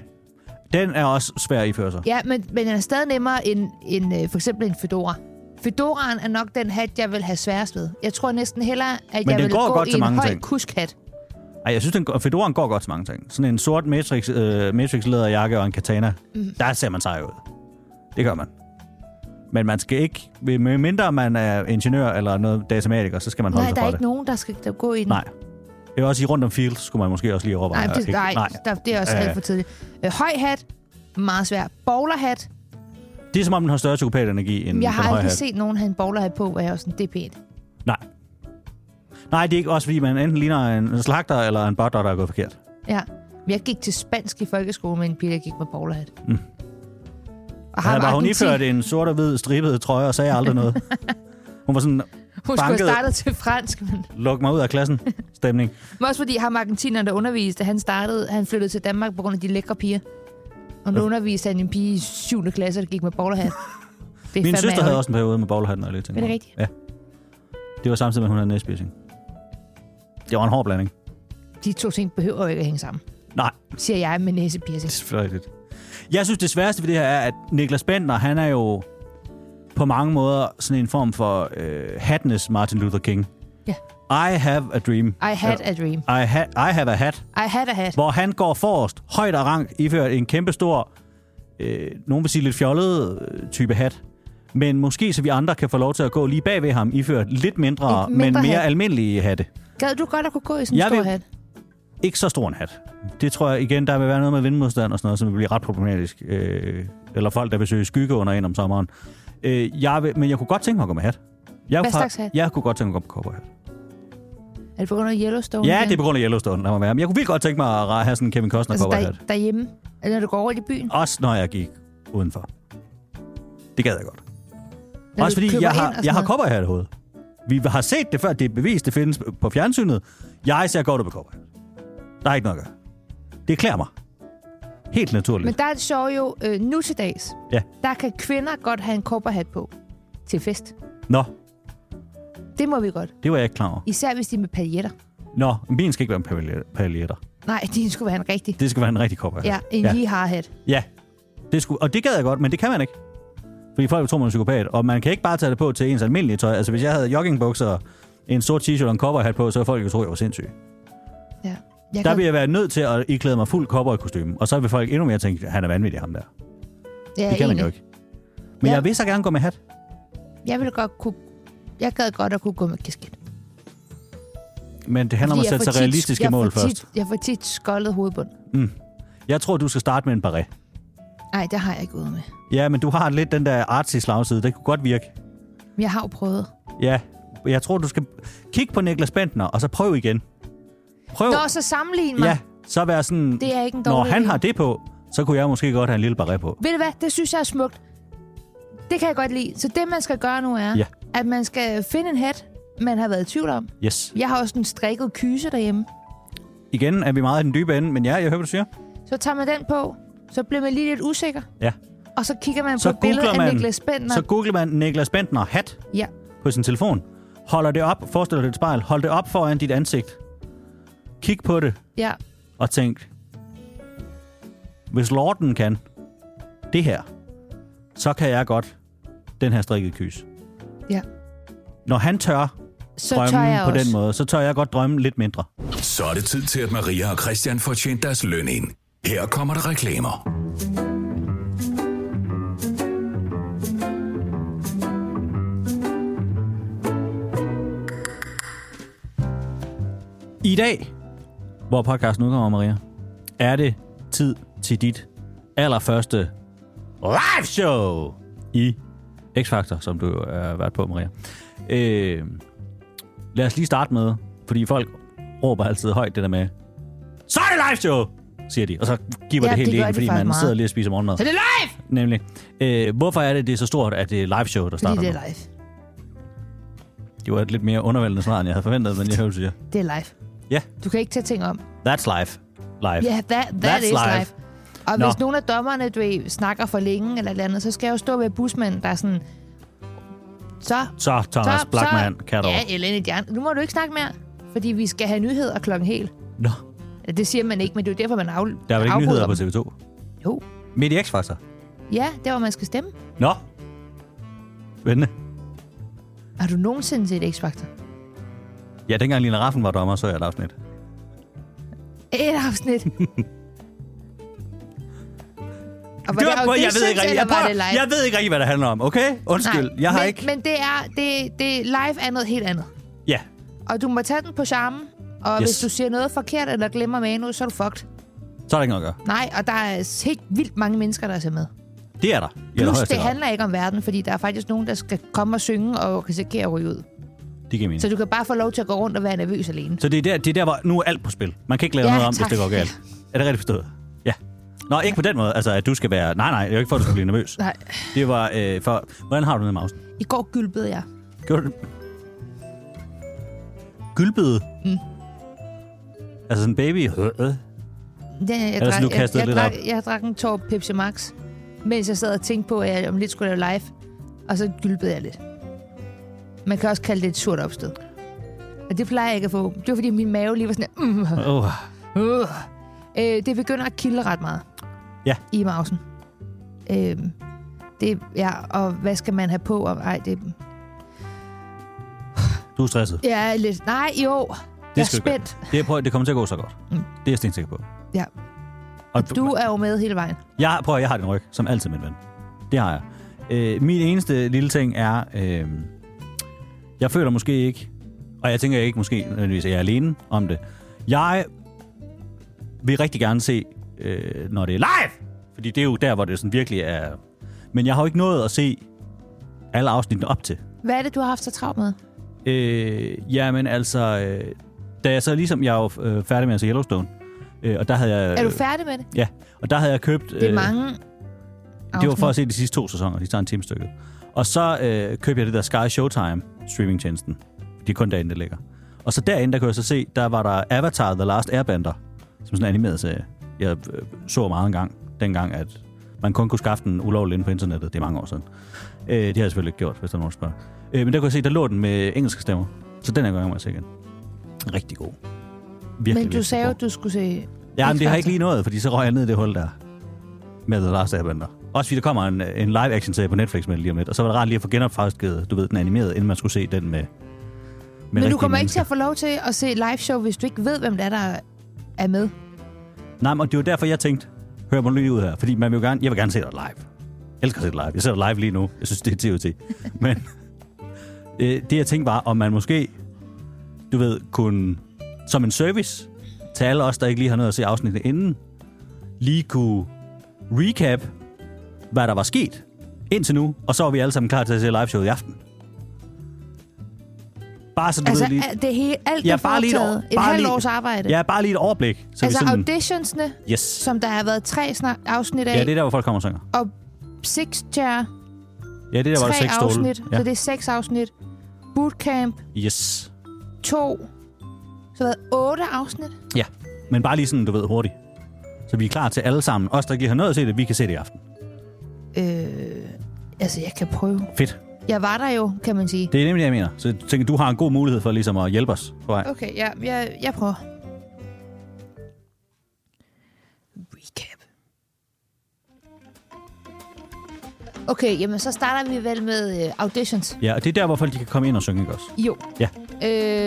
Speaker 1: Den er også svær i fører sig.
Speaker 2: Ja, men, men den er stadig nemmere end, end øh, for eksempel en fedora. Fedoraen er nok den hat, jeg vil have sværest ved. Jeg tror næsten hellere, at
Speaker 1: Men
Speaker 2: jeg
Speaker 1: den
Speaker 2: vil
Speaker 1: går
Speaker 2: gå
Speaker 1: godt
Speaker 2: i
Speaker 1: til
Speaker 2: en
Speaker 1: mange
Speaker 2: høj
Speaker 1: ting.
Speaker 2: kuskhat.
Speaker 1: Ej, jeg synes, den, går- fedoraen går godt til mange ting. Sådan en sort Matrix, øh, Matrix læderjakke og en katana.
Speaker 2: Mhm.
Speaker 1: Mm. Der ser man sej ud. Det gør man. Men man skal ikke, med mindre man er ingeniør eller noget datamatiker, så skal man holde
Speaker 2: Nej,
Speaker 1: sig
Speaker 2: der er
Speaker 1: fra
Speaker 2: ikke
Speaker 1: det.
Speaker 2: nogen, der skal der gå i den.
Speaker 1: Nej. Jeg vil også sige, rundt om field skulle man måske også lige overveje.
Speaker 2: Nej,
Speaker 1: at
Speaker 2: det,
Speaker 1: ikke-
Speaker 2: nej, Der, det er også
Speaker 1: Ja,
Speaker 2: alt
Speaker 1: ja.
Speaker 2: for tidligt. Øh, høj hat, meget svær. Bowlerhat,
Speaker 1: Det er som om, den har større psykopatenergi end
Speaker 2: jeg
Speaker 1: Mm, den
Speaker 2: har
Speaker 1: høje
Speaker 2: aldrig
Speaker 1: hat.
Speaker 2: set nogen have en bowlerhat på, hvor jeg er sådan, det er pænt.
Speaker 1: Nej. Nej, det er ikke også, fordi man enten ligner en slagter eller en butler, der er gået forkert.
Speaker 2: Ja. Men jeg gik til spansk i folkeskole med en pige, der gik med bowlerhat. Mm. Og
Speaker 1: Havde
Speaker 2: ham
Speaker 1: bare hun
Speaker 2: argentin-
Speaker 1: iført en sort og hvid stribet trøje og sagde aldrig noget. Hun var sådan,
Speaker 2: Hun skulle have
Speaker 1: banket-
Speaker 2: startet til fransk, men...
Speaker 1: luk mig ud af klassen stemning.
Speaker 2: Men også fordi ham argentineren, der underviste, han startede, han flyttede til Danmark på grund af de lækre piger. Og nu underviste han en pige i 7. klasse, der gik med bowlerhat. Det
Speaker 1: Min
Speaker 2: er fandme
Speaker 1: søster havde
Speaker 2: ærgerligt.
Speaker 1: også en periode med bowlerhatten og lidt ting.
Speaker 2: Er det rigtigt?
Speaker 1: Ja. Det var samtidig med, at hun havde næspising. Det var en hård blanding.
Speaker 2: De to ting behøver jo ikke at hænge sammen,
Speaker 1: Nej,
Speaker 2: siger jeg med næsepiercing.
Speaker 1: det er selvfølgelig rigtigt. Jeg synes, det sværeste ved det her er, at Niklas Bender, han er jo på mange måder sådan en form for øh, hattenes Martin Luther King.
Speaker 2: Ja.
Speaker 1: I have a dream.
Speaker 2: I had a dream.
Speaker 1: I, ha- I have a hat.
Speaker 2: I had a hat.
Speaker 1: hvor han går forrest, højt og rank, iført en kæmpe stor, øh, nogen vil sige lidt fjollet øh, type hat. Men måske så vi andre kan få lov til at gå lige bag ved ham, iført lidt mindre,
Speaker 2: En mindre
Speaker 1: men mere
Speaker 2: hat.
Speaker 1: almindelige hatte.
Speaker 2: Gad du godt at kunne gå i sådan en
Speaker 1: Jeg
Speaker 2: stor
Speaker 1: vil-
Speaker 2: hat?
Speaker 1: Ikke så stor en hat. Det tror jeg igen, der vil være noget med vindmodstand og sådan noget, som vil blive ret problematisk. Øh, eller folk, der vil søge skygge under en om sommeren. Øh, jeg vil, men jeg kunne godt tænke mig at gå med hat. Jeg,
Speaker 2: Hvad
Speaker 1: kunne-
Speaker 2: slags hat?
Speaker 1: Jeg kunne godt tænke mig at gå med cowboyhat.
Speaker 2: Er det på grund af Yellowstone?
Speaker 1: Ja,
Speaker 2: igen?
Speaker 1: det er på grund af Yellowstone, lad mig være. Men jeg kunne virkelig godt tænke mig at have sådan en Kevin Costner
Speaker 2: altså,
Speaker 1: altså, cowboyhat.
Speaker 2: der, derhjemme. Eller når du går rundt i byen.
Speaker 1: Også når jeg gik udenfor. Det gad jeg godt.
Speaker 2: Når
Speaker 1: også
Speaker 2: du
Speaker 1: fordi
Speaker 2: køber
Speaker 1: jeg
Speaker 2: ind
Speaker 1: har,
Speaker 2: og sådan
Speaker 1: jeg har
Speaker 2: noget.
Speaker 1: kopper her i hovedet. Vi har set det før, det er bevist, det findes på fjernsynet. Jeg ser godt ud med kopper. Der er ikke noget at gøre. Det klæder mig. Helt naturligt.
Speaker 2: Men der er det sjove jo, øh, nu til dags,
Speaker 1: Ja.
Speaker 2: der kan kvinder godt have en kobberhat på til fest.
Speaker 1: Nå,
Speaker 2: Det må vi godt.
Speaker 1: det var jeg ikke klar over.
Speaker 2: Især hvis de er med paljetter.
Speaker 1: Nå, min skal ikke være en paljet- paljetter.
Speaker 2: Nej, de skulle være en rigtig.
Speaker 1: Det skal være en rigtig kopper.
Speaker 2: Ja, en
Speaker 1: ja.
Speaker 2: lige harhat.
Speaker 1: ja. Det skulle, og det gad jeg godt, men det kan man ikke. Fordi folk tror, man er psykopat. Og man kan ikke bare tage det på til ens almindelige tøj. Altså, hvis jeg havde joggingbukser, en sort t-shirt og en kopperhat på, så ville folk jo tro, jeg var sindssyg.
Speaker 2: Ja. Jeg
Speaker 1: Der
Speaker 2: kan,
Speaker 1: vil jeg være nødt til at iklæde mig fuld kopper i kostume, og så vil folk endnu mere tænke, han er vanvittig ham der. Det
Speaker 2: ja,
Speaker 1: kan man
Speaker 2: egentlig.
Speaker 1: jo ikke. Men
Speaker 2: Ja.
Speaker 1: jeg vil så gerne gå med hat.
Speaker 2: Jeg ville godt kunne... Jeg gad godt at kunne gå med kasket.
Speaker 1: Men det handler om at
Speaker 2: Fordi jeg
Speaker 1: sætte sig
Speaker 2: får tit-
Speaker 1: realistiske
Speaker 2: jeg
Speaker 1: mål
Speaker 2: får
Speaker 1: først.
Speaker 2: Tit, jeg får tit skoldet hovedbund.
Speaker 1: Jeg tror, du skal starte med en barret.
Speaker 2: Nej, det har jeg ikke ude med.
Speaker 1: Ja, men du har lidt den der artsy slagside. Det kunne godt virke.
Speaker 2: Men jeg har jo prøvet.
Speaker 1: Ja, jeg tror, du skal kigge på Niklas Bentner, og så prøv igen. Prøv.
Speaker 2: Nå, så sammenlign mig.
Speaker 1: ja, så være sådan,
Speaker 2: Det er ikke en
Speaker 1: når
Speaker 2: dårlig
Speaker 1: han
Speaker 2: idé."
Speaker 1: har det på, så kunne jeg måske godt have en lille barret på.
Speaker 2: Ved du hvad? Det synes jeg er smukt. Det kan jeg godt lide. Så det, man skal gøre nu, er,
Speaker 1: Ja.
Speaker 2: at man skal finde en hat, man har været i tvivl om.
Speaker 1: Yes.
Speaker 2: Jeg har også en strikket kyse derhjemme.
Speaker 1: Igen er vi meget i den dybe ende, men ja, jeg hører, hvad du siger.
Speaker 2: Så tager man den på, så bliver man lige lidt usikker.
Speaker 1: Ja.
Speaker 2: Og så kigger man
Speaker 1: Så
Speaker 2: på billedet
Speaker 1: googler man,
Speaker 2: af Niklas Bender.
Speaker 1: så googler man Niklas Bentner hat,
Speaker 2: Ja.
Speaker 1: på sin telefon. Holder det op, forestil dig et spejl, hold det op foran dit ansigt. Kig på det
Speaker 2: ja.
Speaker 1: og tænk, hvis Lorden kan det her, så kan jeg godt den her strikkede kys.
Speaker 2: Ja.
Speaker 1: Når han tør
Speaker 2: Så
Speaker 1: drømme
Speaker 2: tør jeg
Speaker 1: på
Speaker 2: også.
Speaker 1: den måde, så tør jeg godt drømme lidt mindre.
Speaker 3: Så er det tid til, at Maria og Christian får tjent deres løn ind. Her kommer der reklamer.
Speaker 1: I dag, hvor podcasten udkommer, Maria, er det tid til dit allerførste live show i X-Factor, som du jo er vært på, Maria. Øh, lad os lige starte med, fordi folk råber altid højt det der med, så er det live show, siger de. Og så giver
Speaker 2: Ja,
Speaker 1: det helt
Speaker 2: det gør de
Speaker 1: en, fordi
Speaker 2: faktisk
Speaker 1: man
Speaker 2: meget.
Speaker 1: sidder lige og spiser morgenmad.
Speaker 2: Så det er live!
Speaker 1: Nemlig. Øh, hvorfor er det, det er så stort, at det er live show, der
Speaker 2: Fordi
Speaker 1: starter
Speaker 2: det er
Speaker 1: nu?
Speaker 2: live.
Speaker 1: Det var et lidt mere undervældende svar, end jeg havde forventet, men jeg hører, du siger.
Speaker 2: Det er live.
Speaker 1: Ja,
Speaker 2: Du kan ikke tage ting om.
Speaker 1: that's live. Live.
Speaker 2: Ja, yeah, that, that
Speaker 1: That's
Speaker 2: is
Speaker 1: live.
Speaker 2: live. Og
Speaker 1: Nå.
Speaker 2: Nå. hvis nogen af dommerne, du ved, snakker for længe eller et eller andet, så skal jeg jo stå ved busmanden, der er sådan... Så,
Speaker 1: Så,
Speaker 2: så,
Speaker 1: Thomas Blackman,
Speaker 2: så...
Speaker 1: kan du.
Speaker 2: Ja, Elene Djern. Nu må du ikke snakke mere, fordi vi skal have nyheder klokken helt.
Speaker 1: Nå,
Speaker 2: Det siger man ikke, men det er jo derfor, man af,
Speaker 1: der er vel ikke
Speaker 2: afbryder
Speaker 1: nyheder på
Speaker 2: dem.
Speaker 1: TV2?
Speaker 2: Jo.
Speaker 1: Midt i X-Factor.
Speaker 2: Ja, det var, man skal stemme.
Speaker 1: Nå. Vende.
Speaker 2: Har du nogensinde set X-Factor?
Speaker 1: Ja, dengang Lina Raffen var dommer, så jeg et afsnit.
Speaker 2: Et afsnit. Og var
Speaker 1: Det var,
Speaker 2: auditions,
Speaker 1: jeg, ved ikke rigtig,
Speaker 2: eller
Speaker 1: jeg,
Speaker 2: var
Speaker 1: prøver-
Speaker 2: det live?
Speaker 1: jeg ved ikke rigtig, hvad det handler om, okay? Undskyld,
Speaker 2: Nej,
Speaker 1: jeg har
Speaker 2: men,
Speaker 1: ikke...
Speaker 2: Men det er, det, det live er noget helt andet.
Speaker 1: Ja,
Speaker 2: Og du må tage den på charmen. Og yes.
Speaker 1: Yes.
Speaker 2: hvis du siger noget forkert eller glemmer manus, så er du fucked.
Speaker 1: så er der ikke noget at gøre.
Speaker 2: Nej, og der er helt vildt mange mennesker, der ser med.
Speaker 1: Det er der. i
Speaker 2: Plus,
Speaker 1: allerhøjeste
Speaker 2: det
Speaker 1: grad.
Speaker 2: handler ikke om verden, fordi der er faktisk nogen, der skal komme og synge og risikere at ryge ud.
Speaker 1: Det giver mening.
Speaker 2: Så du kan bare få lov til at gå rundt og være nervøs alene.
Speaker 1: Så det er der, det er der hvor nu er alt på spil. Man kan ikke lave ja,
Speaker 2: Ja,
Speaker 1: noget om, tak.
Speaker 2: tak.
Speaker 1: hvis det går galt. Er det rigtigt forstået? Ja. Nå, ikke på den måde, altså at du skal være... Nej, nej, det er jo ikke for, at du skal blive nervøs.
Speaker 2: Nej,
Speaker 1: Det var øh, for... Hvordan har du det med mausen?
Speaker 2: i går gylpede jeg.
Speaker 1: Gjorde du det? Gylbede? Mm. Altså sådan en baby? Øh, øh.
Speaker 2: Ja, jeg,
Speaker 1: Ellers
Speaker 2: drak,
Speaker 1: nu
Speaker 2: jeg,
Speaker 1: kastede
Speaker 2: jeg,
Speaker 1: lidt
Speaker 2: drak,
Speaker 1: op.
Speaker 2: jeg drak en tår Pepsi Max, mens jeg sad og tænkte på, at jeg om lidt skulle lave live. Og så gylpede jeg lidt. Man kan også kalde det et surt opstød. Og det plejer jeg ikke at få. Det var, fordi min mave lige var sådan... her, Mm,
Speaker 1: Oh.
Speaker 2: uh. øh, det begynder at kilde ret meget.
Speaker 1: Ja.
Speaker 2: I mausen. Øh, det, ja, og hvad skal man have på? Og, ej, det,
Speaker 1: Du er stresset.
Speaker 2: jeg er lidt... Nej, jo. jeg er
Speaker 1: skal du gøre.
Speaker 2: spændt.
Speaker 1: Det, er, prøv, det kommer til at gå så godt. Mm. Det er jeg stensikker på.
Speaker 2: Ja.
Speaker 1: Og du...
Speaker 2: Du er jo med hele vejen.
Speaker 1: Jeg, prøv, at- jeg har din ryg, som altid, min ven. Det har jeg. Øh, min eneste lille ting er... Øh, jeg føler måske ikke... Og jeg tænker ikke måske, nødvendigvis, at jeg er alene om det. Jeg vil rigtig gerne se, øh, når det er live! Fordi det er jo der, hvor det sådan virkelig er... Men jeg har jo ikke nået at se alle afsnittene op til.
Speaker 2: Hvad er det, du har haft så travlt med?
Speaker 1: Øh, jamen altså, øh, da jeg så ligesom, jeg er jo øh, færdig med at se Yellowstone, øh, og der havde jeg...
Speaker 2: Er du færdig med det?
Speaker 1: Ja, og der havde jeg købt... øh,
Speaker 2: Det er mange
Speaker 1: det var for at
Speaker 2: afsnit.
Speaker 1: se de sidste to sæsoner, de tager en time stykket. Og så øh, købte jeg det der Sky Showtime streamingtjenesten. Det er kun derinde, det ligger. Og så derinde, der kunne jeg så se, der var der Avatar The Last Airbender, som sådan en animeret serie. Jeg øh, så meget engang, dengang, at man kun kunne skaffe den ulovligt inde på internettet. Det er mange år siden. Øh, det har jeg selvfølgelig ikke gjort, hvis der er nogen der spørger. Øh, men der kunne jeg se, der lå den med engelske stemmer. Så den er jeg gang med at se igen. Rigtig god. Virkelig,
Speaker 2: Men du
Speaker 1: virkelig
Speaker 2: sagde
Speaker 1: god.
Speaker 2: jo, at du skulle se...
Speaker 1: Ja, men det har jeg ikke
Speaker 2: X-Factor.
Speaker 1: lige nået, fordi så røg jeg ned i det hul der. Med The Last Airbender. Også fordi der kommer en, øh, en live-action-serie på Netflix med det lige om lidt. Og så var det rart lige at få genopfasket, du ved, den animerede, inden man skulle se den med... med
Speaker 2: Men du
Speaker 1: rigtige
Speaker 2: kommer ikke til
Speaker 1: mennesker.
Speaker 2: at få lov til at se live show, hvis du ikke ved, hvem det er, der er med.
Speaker 1: Nej, men det var derfor, jeg tænkte, hør mig lige ud her. Fordi man vil jo gerne, jeg vil gerne se dig live. Jeg elsker at se dig live. Jeg ser dig live lige nu. Jeg synes, det er TOT. men øh, det, jeg tænkte var, om man måske, du ved, kunne som en service til alle os, der ikke lige har noget at se afsnittet inden, lige kunne recap, hvad der var sket indtil nu, og så var vi alle sammen klar til at se liveshowet i aften. Bare så du
Speaker 2: Altså,
Speaker 1: ved lige...
Speaker 2: al- det hele, alt
Speaker 1: Ja,
Speaker 2: ja, er
Speaker 1: bare lige et
Speaker 2: foretaget.
Speaker 1: år-
Speaker 2: Et
Speaker 1: bare
Speaker 2: halvt
Speaker 1: lige-
Speaker 2: års arbejde.
Speaker 1: Ja, bare lige et overblik. Så ligesom-
Speaker 2: altså
Speaker 1: vi sådan,
Speaker 2: auditionsne,
Speaker 1: yes.
Speaker 2: som der har været tre snak- afsnit af,
Speaker 1: Ja, det er der, hvor folk kommer og synger.
Speaker 2: og six chair,
Speaker 1: Ja, det er der, hvor der er
Speaker 2: tre
Speaker 1: seks stole.
Speaker 2: afsnit,
Speaker 1: Ja.
Speaker 2: så det er seks afsnit. Bootcamp,
Speaker 1: Yes.
Speaker 2: to, så har været otte afsnit.
Speaker 1: Ja. Men bare lige sådan, du ved, hurtigt. Så vi er klar til alle sammen. Os, der ikke lige har noget at se det, vi kan se det i aften.
Speaker 2: Øh, altså, jeg kan prøve.
Speaker 1: Fedt.
Speaker 2: Jeg var der jo, kan man sige.
Speaker 1: Det er nemlig det, jeg mener. Så jeg tænker, du har en god mulighed for ligesom at hjælpe os på vej.
Speaker 2: Okay, ja, jeg, jeg prøver. Recap. Okay, jamen så starter vi vel med øh, auditions.
Speaker 1: Ja, og det er der, hvor folk de kan komme ind og synge, ikke også?
Speaker 2: Jo.
Speaker 1: Ja.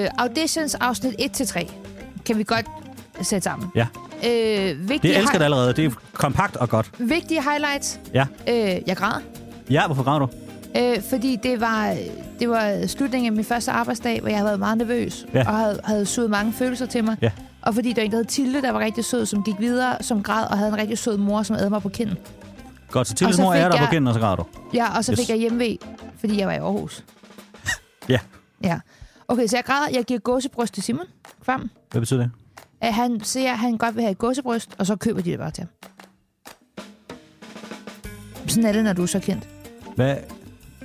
Speaker 2: Øh, auditions afsnit 1-3 kan vi godt sætte sammen.
Speaker 1: Ja,
Speaker 2: Øh,
Speaker 1: det
Speaker 2: vigtige,
Speaker 1: elsker det allerede. Det er kompakt og godt.
Speaker 2: hi- vigtige highlights.
Speaker 1: Ja,
Speaker 2: Øh, jeg græder.
Speaker 1: ja hvorfor græder du?
Speaker 2: Øh, fordi det var, det var slutningen af min første arbejdsdag, hvor jeg havde været meget nervøs,
Speaker 1: Ja.
Speaker 2: ja. og havde, havde suget mange følelser til mig.
Speaker 1: Ja.
Speaker 2: Og fordi der var en, der hed Tilde, der var rigtig sød, som gik videre, som græd, og havde en rigtig sød mor, som ædede mig på kinden.
Speaker 1: Godt, så
Speaker 2: Og
Speaker 1: Tildes
Speaker 2: så
Speaker 1: mor er
Speaker 2: fik
Speaker 1: der på
Speaker 2: jeg-
Speaker 1: kinden, og så græder du.
Speaker 2: Ja, og så
Speaker 1: Yes.
Speaker 2: yes. fik jeg hjemvej, fordi jeg var i Aarhus.
Speaker 1: Ja,
Speaker 2: Ja. Okay, så jeg græder. Jeg giver gåsebryst til Simon Kvam.
Speaker 1: hvad betyder det?
Speaker 2: at han ser, at han godt vil have et gåsebryst, og så køber de det bare til ham. Sådan er det, når du er så kendt.
Speaker 1: Hvad?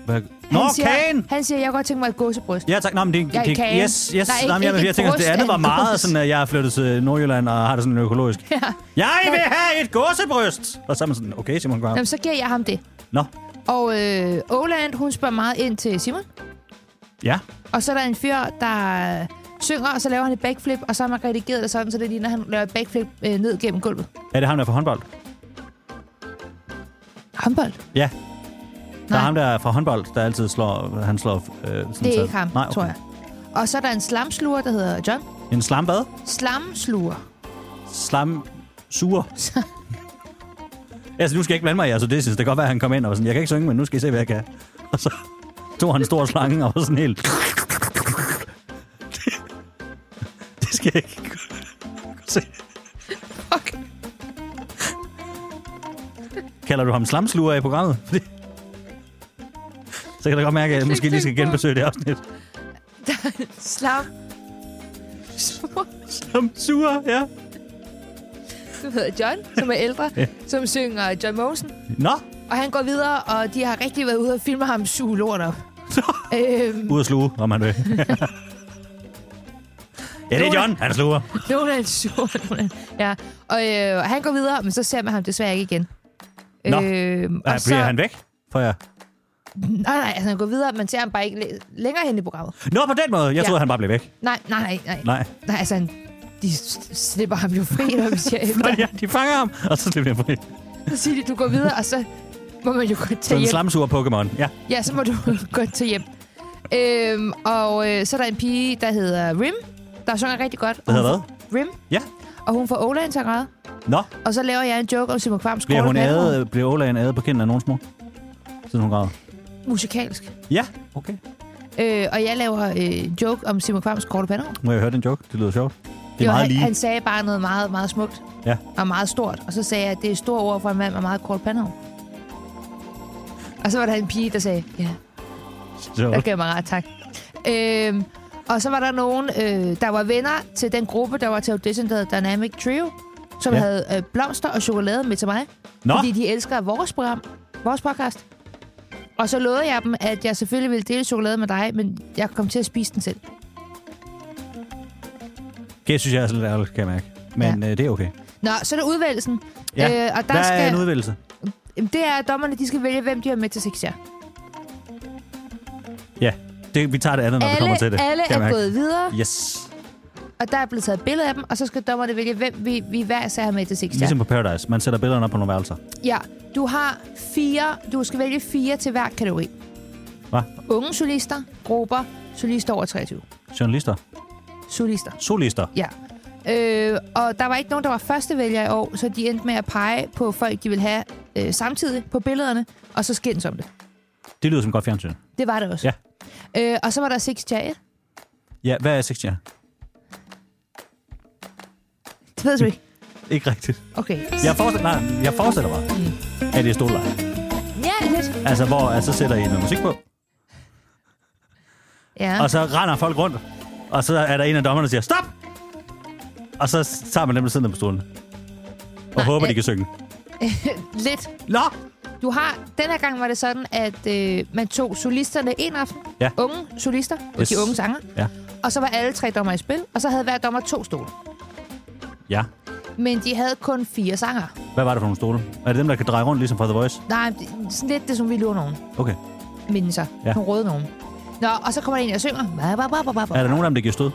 Speaker 1: hvad? Nå,
Speaker 2: han, siger,
Speaker 1: kagen!
Speaker 2: han siger, jeg kunne godt tænke mig et gåsebryst.
Speaker 1: Ja, tak. Nå, men det,
Speaker 2: Jeg er
Speaker 1: det,
Speaker 2: kagen.
Speaker 1: yes, yes.
Speaker 2: Nej, ikke-
Speaker 1: Nej, men jeg,
Speaker 2: ikke
Speaker 1: jeg tænker,
Speaker 2: en
Speaker 1: det andet
Speaker 2: bryst,
Speaker 1: var
Speaker 2: en
Speaker 1: meget
Speaker 2: bryst.
Speaker 1: sådan, at jeg er flyttet til Nordjylland og har det sådan økologisk.
Speaker 2: Ja.
Speaker 1: Jeg vil
Speaker 2: Nå.
Speaker 1: have et gåsebryst! Og så er man sådan, okay, Simon Graham.
Speaker 2: Jamen, så giver jeg ham det.
Speaker 1: Nå,
Speaker 2: Og øh, Åland, hun spørger meget ind til Simon.
Speaker 1: ja.
Speaker 2: Og så er der en fyr, der synger, og så laver han et backflip, og så har man redigeret det sådan, så det ligner, at han laver et backflip øh, ned gennem gulvet.
Speaker 1: Er det ham, der er fra håndbold?
Speaker 2: Håndbold.
Speaker 1: Ja. Der er
Speaker 2: Nej.
Speaker 1: ham, der er fra håndbold, der altid slår... Han slår øh, sådan
Speaker 2: Det
Speaker 1: så-
Speaker 2: er ikke ham,
Speaker 1: Nej, okay.
Speaker 2: tror jeg. Og så er der en slamsluger, der hedder John.
Speaker 1: En slambad?
Speaker 2: Slamsluger.
Speaker 1: Slam... Sure. altså, nu skal jeg ikke blande mig i jeres Odysseus. Det kan godt være, at han kom ind og var sådan, jeg kan ikke synge, men nu skal I se, hvad jeg kan. Og så tog han en stor slange og var sådan helt... det skal jeg ikke kunne se.
Speaker 2: Fuck.
Speaker 1: Kalder du ham slamsluger i programmet? Fordi... Så kan jeg da godt mærke, at jeg måske lige skal genbesøge det afsnit.
Speaker 2: Slam.
Speaker 1: Slamsuger, ja.
Speaker 2: som hedder John, som er ældre,
Speaker 1: Ja.
Speaker 2: som synger John Mogensen.
Speaker 1: Nå,
Speaker 2: Og han går videre, og de har rigtig været ude og filme ham suge lort op. øhm,
Speaker 1: ud at sluge, om han vil. ja, det er John. Han sluger.
Speaker 2: nogen er en sur, nogen er- ja. Og øh, han går videre, men så ser man ham desværre ikke igen.
Speaker 1: Nå.
Speaker 2: Øhm,
Speaker 1: Ja, bliver han væk? For jeg...
Speaker 2: Nej, nej, altså han går videre, man ser ham bare ikke læ- længere hen i programmet.
Speaker 1: Nå, på den måde. Jeg
Speaker 2: Ja.
Speaker 1: troede, han bare blev væk.
Speaker 2: Nej, nej, nej, nej.
Speaker 1: Nej.
Speaker 2: nej altså, han, de s- slipper ham jo fri, når vi siger
Speaker 1: Nå,
Speaker 2: efter.
Speaker 1: ja, de fanger ham, og så slipper han fri.
Speaker 2: Så siger de, du går videre, og så må man jo godt tage
Speaker 1: Sådan en
Speaker 2: hjem.
Speaker 1: slamsuger Pokémon. Ja.
Speaker 2: Ja, så må du gå til hjem. Øhm, og øh, så er der en pige, der hedder Rim, der synger rigtig godt.
Speaker 1: Hvad hedder
Speaker 2: Rim,
Speaker 1: Ja.
Speaker 2: og hun får Åland til at græde.
Speaker 1: Nå,
Speaker 2: Og så laver jeg en joke om Simon Kvams
Speaker 1: bliver
Speaker 2: korte
Speaker 1: hun
Speaker 2: platform.
Speaker 1: æde, bliver Olaen æde på kinden af nogens mor? Siden hun græder.
Speaker 2: Musikalsk.
Speaker 1: Ja, okay.
Speaker 2: Øh, og jeg laver øh, en joke om Simon Kvams korte pander.
Speaker 1: Må jeg høre den joke? Det lyder sjovt. Det er meget
Speaker 2: han,
Speaker 1: lige.
Speaker 2: han sagde bare noget meget, meget smukt
Speaker 1: Ja.
Speaker 2: og meget stort. Og så sagde jeg, at det er store ord for en mand med meget kort pander. Og så var der en pige, der sagde, ja,
Speaker 1: sjovt.
Speaker 2: der gav mig ret, tak. Øhm, og så var der nogen, øh, der var venner til den gruppe, der var til audition, der hed Dynamic Trio, som
Speaker 1: Ja.
Speaker 2: ja. havde øh, blomster og chokolade med til mig.
Speaker 1: Nå,
Speaker 2: Fordi de elsker vores program, vores podcast. Og så lovede jeg dem, at jeg selvfølgelig ville dele chokolade med dig, men jeg kom til at spise den selv.
Speaker 1: det synes jeg er lidt ærgerligt, kan jeg mærke. Men øh, det er okay.
Speaker 2: Nå, så er der udvalgelsen.
Speaker 1: Ja.
Speaker 2: Øh, og der
Speaker 1: Hvad er
Speaker 2: skal-
Speaker 1: en udvælgelse?
Speaker 2: Jamen, Det er, at dommerne de skal vælge, hvem de har med til sex jer.
Speaker 1: Ja, det, vi tager det andet, når vi
Speaker 2: Alle,
Speaker 1: kommer til det.
Speaker 2: alle
Speaker 1: kan jeg
Speaker 2: er
Speaker 1: mærke.
Speaker 2: gået videre,
Speaker 1: Yes.
Speaker 2: og der er blevet taget billeder af dem, og så skal dommerne vælge, hvem vi, vi hver især har med til sex
Speaker 1: Ligesom på Paradise. Man sætter billederne op på nogle værelser.
Speaker 2: Ja, du har fire, du skal vælge fire til hver kategori.
Speaker 1: Hvad?
Speaker 2: Unge solister, grupper, solister over 23.
Speaker 1: Journalister.
Speaker 2: Solister.
Speaker 1: Solister.
Speaker 2: Ja. Øh, og der var ikke nogen, der var førstevælger i år, så de endte med at pege på folk, de ville have øh, samtidig på billederne, og så skændes om det.
Speaker 1: Det lyder som godt fjernsyn.
Speaker 2: Det var det også. Ja. Øh, og så var der Six Chat.
Speaker 1: Ja, hvad er 60
Speaker 2: Det ved du ikke.
Speaker 1: Ikke rigtigt.
Speaker 2: Okay.
Speaker 1: Jeg forestiller, nej, jeg forestiller mig,
Speaker 2: Mm.
Speaker 1: at det er stoler.
Speaker 2: Ja, lidt.
Speaker 1: Altså, hvor altså, sætter I noget musik på,
Speaker 2: Ja.
Speaker 1: og så render folk rundt, og så er der en af dommerne, der siger, stop! Og så tager man dem, der sidder på stolen. Og
Speaker 2: Nej,
Speaker 1: håber, de
Speaker 2: øh.
Speaker 1: kan synge.
Speaker 2: lidt.
Speaker 1: Nå!
Speaker 2: Du har, den her gang var det sådan, at øh, man tog solisterne en aften.
Speaker 1: Ja.
Speaker 2: Unge solister, og
Speaker 1: Yes.
Speaker 2: de unge sanger.
Speaker 1: Ja.
Speaker 2: Og så var alle tre dommer i spil, og så havde hver dommer to stole.
Speaker 1: Ja.
Speaker 2: Men de havde kun fire sanger.
Speaker 1: Hvad var det for nogle stole? Er det dem, der kan dreje rundt, ligesom fra The Voice?
Speaker 2: Nej, det- sådan lidt det, som vi lurer nogen.
Speaker 1: Okay.
Speaker 2: Minde sig.
Speaker 1: Ja.
Speaker 2: Ja. Nogle røde nogen. Nå, og så kommer der en og synger. Ba, ba, ba, ba, ba, ba.
Speaker 1: Er der nogen af dem, der giver stød?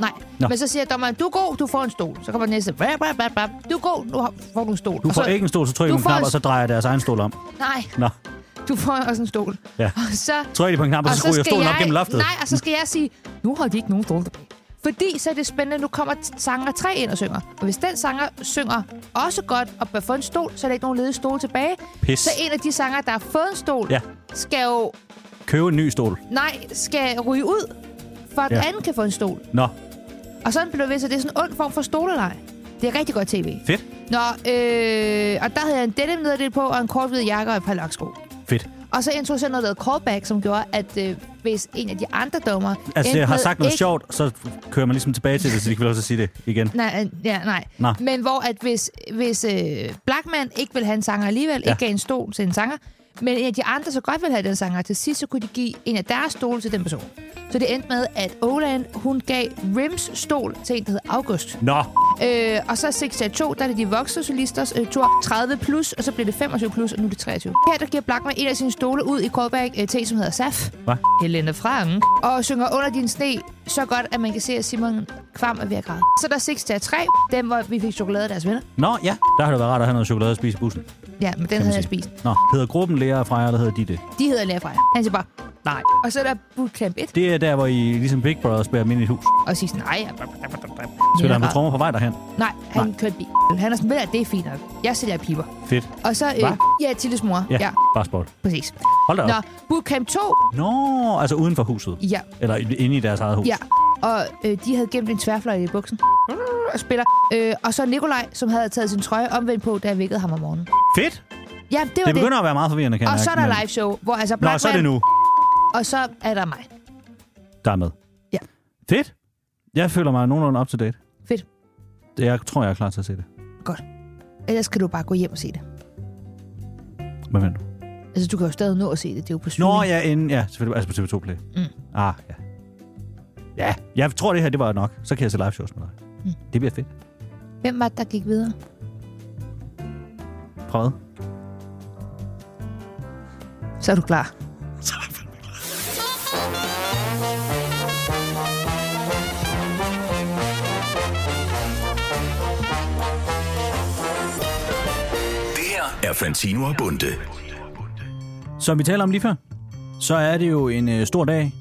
Speaker 2: Nej.
Speaker 1: Nå.
Speaker 2: Nå. Men så siger dommeren, du er god, du får en stol. Så kommer den næste. Ba, ba, ba, ba. Du er god, nu har- får du en stol.
Speaker 1: Du
Speaker 2: Og
Speaker 1: får
Speaker 2: så,
Speaker 1: ikke en stol, så trykker
Speaker 2: Du
Speaker 1: du en
Speaker 2: får
Speaker 1: knap,
Speaker 2: en-
Speaker 1: og så drejer deres egen stol om.
Speaker 2: Nej,
Speaker 1: Nå.
Speaker 2: Du får også en stol.
Speaker 1: Ja.
Speaker 2: Og så
Speaker 1: Trykker de på en knap, og, og så skruer jeg stolen op gennem loftet.
Speaker 2: Nej, og så skal jeg sige, nu har de ikke nogen stole tilbage. Fordi så er det spændende, nu kommer t- sanger 3 ind og synger. Og hvis den sanger synger også godt og bør få en stol, så er der ikke nogen ledige stole tilbage.
Speaker 1: Pis.
Speaker 2: Så en af de sanger, der har fået en stol,
Speaker 1: Ja.
Speaker 2: skal jo,
Speaker 1: Købe en ny stol.
Speaker 2: nej, skal ryge ud, for at
Speaker 1: Ja.
Speaker 2: ja. anden kan få en stol.
Speaker 1: Nå,
Speaker 2: Og sådan blev det ved, så det er sådan en ond form for stolelej. Det er rigtig godt tv.
Speaker 1: fedt.
Speaker 2: Nå, øh, og der havde jeg en denim nederdel på, og en kort hvid jakke og et par laksko.
Speaker 1: Fedt.
Speaker 2: Og så introducerede noget, der hed callback, som gjorde, at øh, hvis en af de andre dommer...
Speaker 1: Altså, jeg har
Speaker 2: med
Speaker 1: sagt noget
Speaker 2: ikke-
Speaker 1: sjovt, så kører man ligesom tilbage til det, så de kan vel også sige det igen.
Speaker 2: Nej, øh, ja, nej.
Speaker 1: Nå.
Speaker 2: Men hvor at hvis, hvis øh, Blackman ikke vil have en sanger alligevel,
Speaker 1: Ja.
Speaker 2: ja. ikke gav en stol til en sanger, men en af de andre så godt vil have den sanger, til sidst så kunne de give en af deres stole til den person. Så det endte med, at Oland, hun gav Rims stol til en, der hed August.
Speaker 1: Nå,
Speaker 2: Øh, og så 6 til 2, der er det de voksne solisters øh, tur 30 plus, og så bliver det 25 plus, og nu er det 23. Her der giver Blackman en af sine stole ud i Korbæk øh, til, en, som hedder Saf.
Speaker 1: Hvad?
Speaker 2: Helena Frank. Og synger under din sne så godt, at man kan se, at Simon Kvam er ved at græde. Så der er 6 til 3, dem hvor vi fik chokolade af deres venner.
Speaker 1: nå ja. Der har det været rart at have noget chokolade at spise i bussen.
Speaker 2: Ja, men den
Speaker 1: man
Speaker 2: havde jeg
Speaker 1: sige.
Speaker 2: spist.
Speaker 1: Nå, hedder gruppen lærer fra jer, eller hedder de det?
Speaker 2: De hedder Lea Freja. Han siger bare, nej. Og så er der Bootcamp 1,
Speaker 1: Det er der, hvor I ligesom Big Brother spærer dem ind i et hus.
Speaker 2: og siger sådan, nej.
Speaker 1: Spiller han på
Speaker 2: græd.
Speaker 1: trommer på vej derhen?
Speaker 2: Nej, han kørte bil. Han er sådan, ved du hvad, det er fint nok. Jeg sælger piber.
Speaker 1: Fedt.
Speaker 2: Og så, øh,
Speaker 1: Hva?
Speaker 2: ja, Tilles mor.
Speaker 1: Ja,
Speaker 2: ja
Speaker 1: bare sport.
Speaker 2: præcis.
Speaker 1: Hold da op.
Speaker 2: Nå, Bootcamp 2,
Speaker 1: Nå, altså uden for huset.
Speaker 2: ja,
Speaker 1: Eller inde i deres eget hus.
Speaker 2: ja. Og øh, de havde gemt en tværfløjte i buksen. Og spiller. Øh, og så Nikolaj, som havde taget sin trøje omvendt på, da jeg vækkede ham om morgenen.
Speaker 1: Fedt.
Speaker 2: Ja, det var
Speaker 1: Det
Speaker 2: det.
Speaker 1: begynder at være meget forvirrende, kan jeg
Speaker 2: Og så er
Speaker 1: mærke,
Speaker 2: der
Speaker 1: men-
Speaker 2: live show, hvor altså
Speaker 1: Nå, så er det nu,
Speaker 2: og så er der mig.
Speaker 1: der er med.
Speaker 2: Ja.
Speaker 1: Fedt. Jeg føler mig nogenlunde up to date.
Speaker 2: Fedt.
Speaker 1: Jeg tror, jeg er klar til at se det.
Speaker 2: Ellers kan du bare gå hjem og se det.
Speaker 1: Hvad mener du?
Speaker 2: Altså, du kan jo stadig nå at se det. Det er jo på streaming.
Speaker 1: Nå, ja, inden, ja, selvfølgelig. Altså på TV2 Play.
Speaker 2: Mm.
Speaker 1: Ah, ja. Ja, jeg tror, det her det var nok. Så kan jeg se live shows med dig.
Speaker 2: Mm.
Speaker 1: Det bliver fedt.
Speaker 2: Hvem var det, der gik videre?
Speaker 1: Prøvet.
Speaker 2: Så er du klar.
Speaker 1: Så er jeg fandme klar.
Speaker 3: Det her er Fantino og Bunde.
Speaker 1: Som vi taler om lige før, så er det jo en øh, stor dag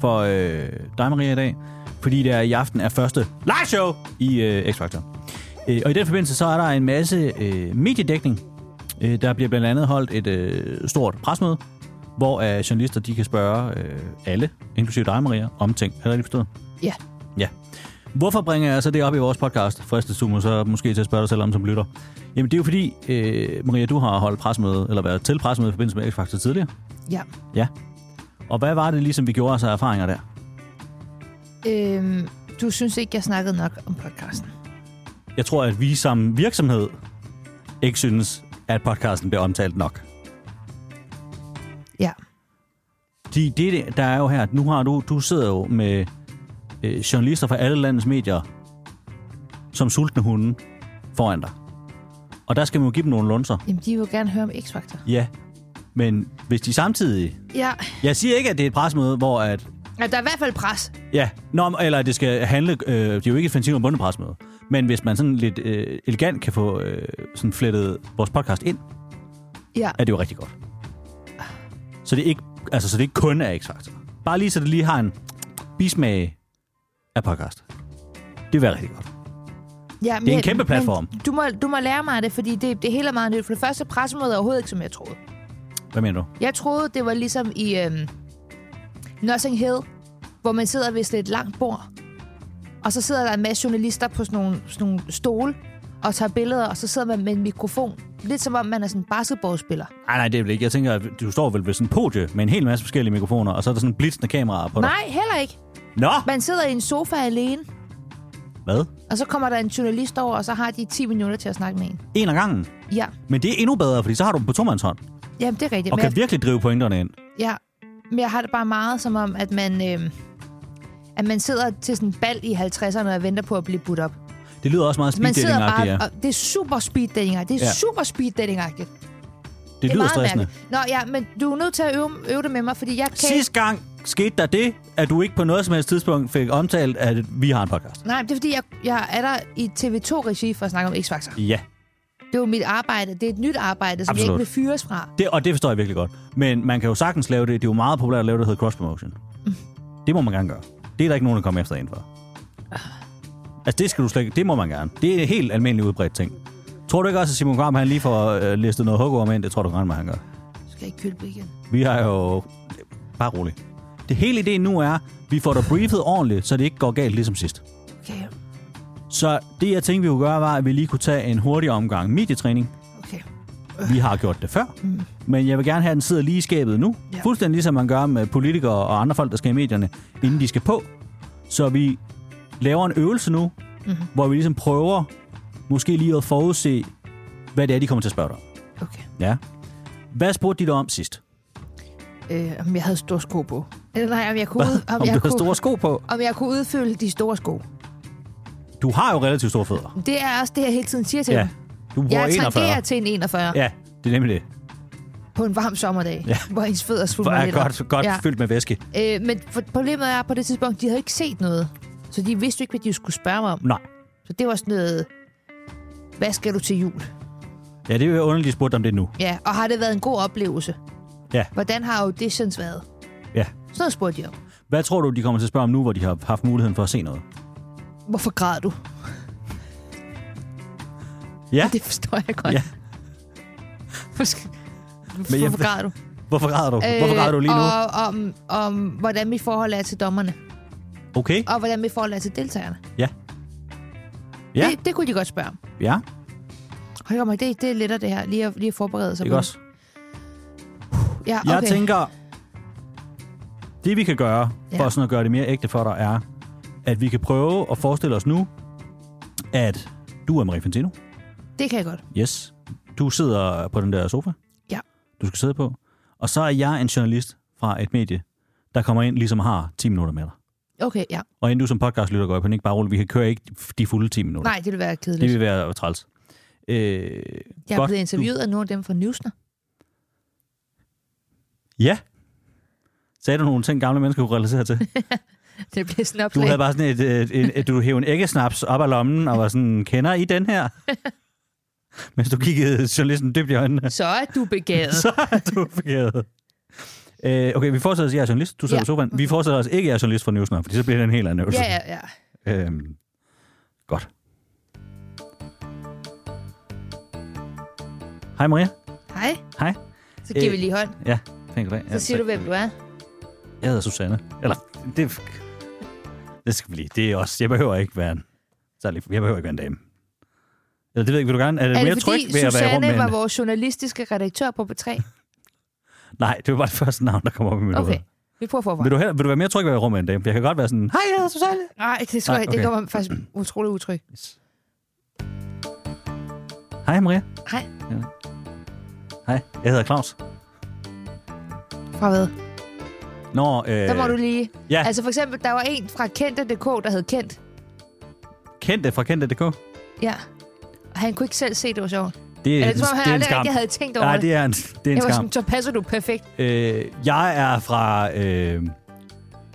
Speaker 1: for øh, dig, Maria, i dag. Fordi det er i aften er første live show i øh, X-Factor. Øh, og i den forbindelse, så er der en masse øh, mediedækning. Øh, der bliver blandt andet holdt et øh, stort presmøde, hvor øh, journalister de kan spørge øh, alle, inklusive dig, Maria, om ting. Er det rigtigt forstået?
Speaker 2: Ja.
Speaker 1: Ja. Hvorfor bringer jeg så det op i vores podcast? Fristes du mig så måske til at spørge dig selv om som lytter. Jamen det er jo fordi, øh, Maria, du har holdt presmøde, eller været til presmøde i forbindelse med X-Factor tidligere.
Speaker 2: Ja.
Speaker 1: Ja. Og hvad var det ligesom, vi gjorde os af erfaringer der?
Speaker 2: Øhm, du synes ikke, jeg snakkede nok om podcasten.
Speaker 1: Jeg tror, at vi som virksomhed ikke synes, at podcasten bliver omtalt nok.
Speaker 2: Ja.
Speaker 1: De, det, det- der er jo her, at nu har du, du sidder jo med øh, journalister fra alle landets medier, som sultne hunde foran dig. Og der skal man jo give dem nogle lunser.
Speaker 2: Jamen, de vil jo gerne høre om X-Factor.
Speaker 1: Ja, men hvis de samtidig...
Speaker 2: Ja.
Speaker 1: Jeg siger ikke, at det er et presmøde, hvor at...
Speaker 2: ja. Der er i hvert fald pres.
Speaker 1: Ja, nå, men- eller at det skal handle... Øh, det er jo ikke et fantastisk bundepresmøde. Men hvis man sådan lidt øh, elegant kan få øh, sådan flettet vores podcast ind,
Speaker 2: Ja.
Speaker 1: er det jo rigtig godt. Så det ikke, altså, så det ikke kun er X-Factor. Bare lige så det lige har en bismag af podcast. Det vil være rigtig godt.
Speaker 2: Ja, men,
Speaker 1: en kæmpe platform.
Speaker 2: Men du, må, du må lære mig det, fordi det, det hele er meget nyt. For det første, pressemøde er overhovedet ikke, som jeg troede.
Speaker 1: Hvad mener du?
Speaker 2: Jeg troede, det var ligesom i øhm, Nothing Hill, hvor man sidder ved sådan et langt bord, og så sidder der en masse journalister på sådan nogle, sådan nogle stole og tager billeder, og så sidder man med en mikrofon. Lidt som om, man er sådan en basketballspiller.
Speaker 1: Nej, nej, det er vel ikke. Jeg tænker, at du står vel ved sådan en podie med en hel masse forskellige mikrofoner, og så er der sådan blitzende kameraer på dig.
Speaker 2: Nej, heller ikke.
Speaker 1: Nå!
Speaker 2: Man sidder i en sofa alene,
Speaker 1: Hvad?
Speaker 2: og så kommer der en journalist over, og så har de 10 minutter til at snakke med en.
Speaker 1: En af gangen.
Speaker 2: Ja,
Speaker 1: Men det er endnu bedre, fordi så har du dem på tomandshånd,
Speaker 2: Jamen, det er rigtigt.
Speaker 1: og
Speaker 2: men
Speaker 1: kan virkelig drive pointerne ind.
Speaker 2: Ja, men jeg har det bare meget som om, at man, øh, at man sidder til sådan en bal i 50'erne og venter på at blive budt op.
Speaker 1: Det lyder også meget speed
Speaker 2: Man sidder
Speaker 1: dating
Speaker 2: bare,
Speaker 1: ja.
Speaker 2: og det er super speed dating
Speaker 1: Ja.
Speaker 2: Det er ja. super speed dating Det,
Speaker 1: Det
Speaker 2: er
Speaker 1: lyder
Speaker 2: meget
Speaker 1: stressende.
Speaker 2: mærkeligt. Nå ja, men du er nødt til at øve, øve det med mig, fordi jeg kan...
Speaker 1: Sidste gang skete der det, at du ikke på noget som helst tidspunkt fik omtalt, at vi har en podcast.
Speaker 2: Nej, det er fordi, jeg, jeg er der i TV2-regi for at snakke om X-Factor.
Speaker 1: Ja.
Speaker 2: Det er jo mit arbejde. Det er et nyt arbejde, som Absolut. jeg
Speaker 1: Absolut.
Speaker 2: ikke vil fyres fra.
Speaker 1: Det, og det forstår jeg virkelig godt. Men man kan jo sagtens lave det. Det er jo meget populært at lave det, der hedder cross-promotion. Det må man gerne gøre. Det er der ikke nogen, der kommer efter en for.
Speaker 2: Ah.
Speaker 1: Altså, det, skal du slet, ikke- det må man gerne. Det er en helt almindelig udbredt ting. Tror du ikke også, at Simon Kram, han lige får øh, listet noget hukkeorm ind? Det tror du godt, man han gør.
Speaker 2: Så skal jeg ikke kylpe igen.
Speaker 1: Vi har jo... Bare rolig. Det hele ideen nu er, vi får dig briefet ordentligt, så det ikke går galt ligesom sidst.
Speaker 2: Okay,
Speaker 1: Så det, jeg tænkte, vi kunne gøre, var, at vi lige kunne tage en hurtig omgang medietræning.
Speaker 2: okay.
Speaker 1: Vi har gjort det før, men jeg vil gerne have, at den sidder lige i skabet nu.
Speaker 2: Ja.
Speaker 1: Fuldstændig ligesom man gør med politikere og andre folk, der skal i medierne, inden de skal på. Så vi laver en øvelse nu, mm-hmm. hvor vi ligesom prøver måske lige at forudse, hvad det er, de kommer til at spørge dig om.
Speaker 2: okay.
Speaker 1: Ja. Hvad spurgte de dig om sidst?
Speaker 2: Øh, om jeg havde store sko på. Eller nej, om jeg kunne, ud, om
Speaker 1: om
Speaker 2: jeg
Speaker 1: du har
Speaker 2: kunne,
Speaker 1: store sko på?
Speaker 2: om jeg kunne udfylde de store sko.
Speaker 1: Du har jo relativt store fødder.
Speaker 2: Det er også det, jeg hele tiden siger til
Speaker 1: Ja.
Speaker 2: dem.
Speaker 1: Du bruger
Speaker 2: Jeg
Speaker 1: 41.
Speaker 2: tangerer til en 41 ja.
Speaker 1: Ja, det er nemlig det.
Speaker 2: på en varm sommerdag, ja. hvor ens fødder
Speaker 1: For
Speaker 2: svulmer
Speaker 1: er
Speaker 2: lidt
Speaker 1: godt,
Speaker 2: op.
Speaker 1: godt ja. fyldt med væske.
Speaker 2: Øh, men for, problemet er, at på det tidspunkt, de havde ikke set noget. Så de vidste jo ikke, hvad de skulle spørge mig om.
Speaker 1: Nej.
Speaker 2: Så det var sådan noget, hvad skal du til jul?
Speaker 1: Ja, det er jo underligt, de spurgte om det nu.
Speaker 2: Ja, og har det været en god oplevelse?
Speaker 1: Ja.
Speaker 2: Hvordan har auditions været?
Speaker 1: Ja.
Speaker 2: Sådan noget spurgte de om.
Speaker 1: Hvad tror du, de kommer til at spørge om nu, hvor de har haft muligheden for at se noget?
Speaker 2: Hvorfor græd du?
Speaker 1: Ja,
Speaker 2: Det forstår jeg godt.
Speaker 1: Ja.
Speaker 2: Hvorfor-
Speaker 1: Men jeg-
Speaker 2: Hvorfor græd du?
Speaker 1: hvorfor græder du? Øh, hvorfor græder du lige nu?
Speaker 2: Og om, om, hvordan mit forhold er til dommerne.
Speaker 1: Okay,
Speaker 2: Og hvordan mit forhold er til deltagerne.
Speaker 1: ja. Ja,
Speaker 2: Det, det kunne de godt spørge om.
Speaker 1: ja,
Speaker 2: Hold da op, det, det er lettere det her. Lige at, lige at forberede sig
Speaker 1: ikke
Speaker 2: på
Speaker 1: også?
Speaker 2: det. Ja, okay.
Speaker 1: Jeg tænker, det vi kan gøre, for
Speaker 2: Ja.
Speaker 1: sådan at gøre det mere ægte for dig, er, at vi kan prøve at forestille os nu, at du er Marie Fantino.
Speaker 2: Det kan jeg godt.
Speaker 1: Yes. Du sidder på den der sofa.
Speaker 2: Ja.
Speaker 1: Du skal sidde på. Og så er jeg en journalist fra et medie, der kommer ind, ligesom har 10 minutter med dig.
Speaker 2: Okay, ja.
Speaker 1: Og inden du som podcastlytter går i panik, bare rolig, vi kan køre ikke de fulde 10 minutter.
Speaker 2: Nej, det ville være kedeligt.
Speaker 1: Det vil være træls. Øh,
Speaker 2: jeg er
Speaker 1: godt,
Speaker 2: blevet interviewet af nogle af dem fra Newsner.
Speaker 1: Du, ja. Sagde du nogle ting, gamle mennesker kunne relatere til?
Speaker 2: Det blev sådan en
Speaker 1: Du
Speaker 2: opslag.
Speaker 1: havde bare sådan et, et, et, et du hævde en æggesnaps op af lommen og var sådan, kender I den her? Mens du kiggede journalisten dybt i øjnene.
Speaker 2: Så er du begavet.
Speaker 1: Så er du forkert. Øh, okay, vi forestiller os, at jeg er journalist. Du sidder
Speaker 2: Ja.
Speaker 1: ja. på sofaen. Vi forestiller os ikke, at jeg er journalist for Newsner, fordi så bliver det en helt anden øvelse.
Speaker 2: ja, ja, ja.
Speaker 1: Øhm, godt. Hej Maria.
Speaker 2: Hej.
Speaker 1: Hej.
Speaker 2: Så giver
Speaker 1: Øh,
Speaker 2: vi lige hånd.
Speaker 1: Ja, pænt goddag.
Speaker 2: Så siger du, hvem du er.
Speaker 1: Jeg hedder Susanne. Eller, det... Det skal vi lige. Det er også... Jeg behøver ikke være en... Særlig, jeg behøver ikke være en dame. Eller det ved jeg ikke, vil du gerne... Er det,
Speaker 2: Er
Speaker 1: mere
Speaker 2: det
Speaker 1: tryg
Speaker 2: fordi
Speaker 1: ved at være i rum
Speaker 2: Susanne
Speaker 1: med en...
Speaker 2: var vores journalistiske redaktør på B3?
Speaker 1: Nej, det var bare det første navn, der kom op i mit
Speaker 2: Okay,
Speaker 1: hoved.
Speaker 2: vi prøver forfra.
Speaker 1: Vil du, hellere, vil du være mere tryg ved at være i rum med en dame? For Jeg kan godt være sådan... Hej, jeg hedder Susanne.
Speaker 2: Nej, det tror
Speaker 1: Nej,
Speaker 2: jeg ikke. Det
Speaker 1: okay.
Speaker 2: kommer faktisk utroligt utryg.
Speaker 1: Hej Maria.
Speaker 2: Hej.
Speaker 1: Hej, jeg hedder Claus.
Speaker 2: Fra hvad?
Speaker 1: Nå, øh,
Speaker 2: Der må du lige...
Speaker 1: ja.
Speaker 2: Altså for eksempel, der var en fra Kendte.dk, der hed Kent.
Speaker 1: kendte fra kendte.dk.
Speaker 2: Ja. Og han kunne ikke selv se, det var sjovt.
Speaker 1: Det
Speaker 2: Eller jeg tror, han
Speaker 1: det er en
Speaker 2: aldrig
Speaker 1: skam.
Speaker 2: rigtig havde tænkt over
Speaker 1: Nej,
Speaker 2: det.
Speaker 1: det er en, det er en
Speaker 2: Jeg var
Speaker 1: skam.
Speaker 2: sådan, så passer du perfekt.
Speaker 1: Øh, jeg er fra... Øh,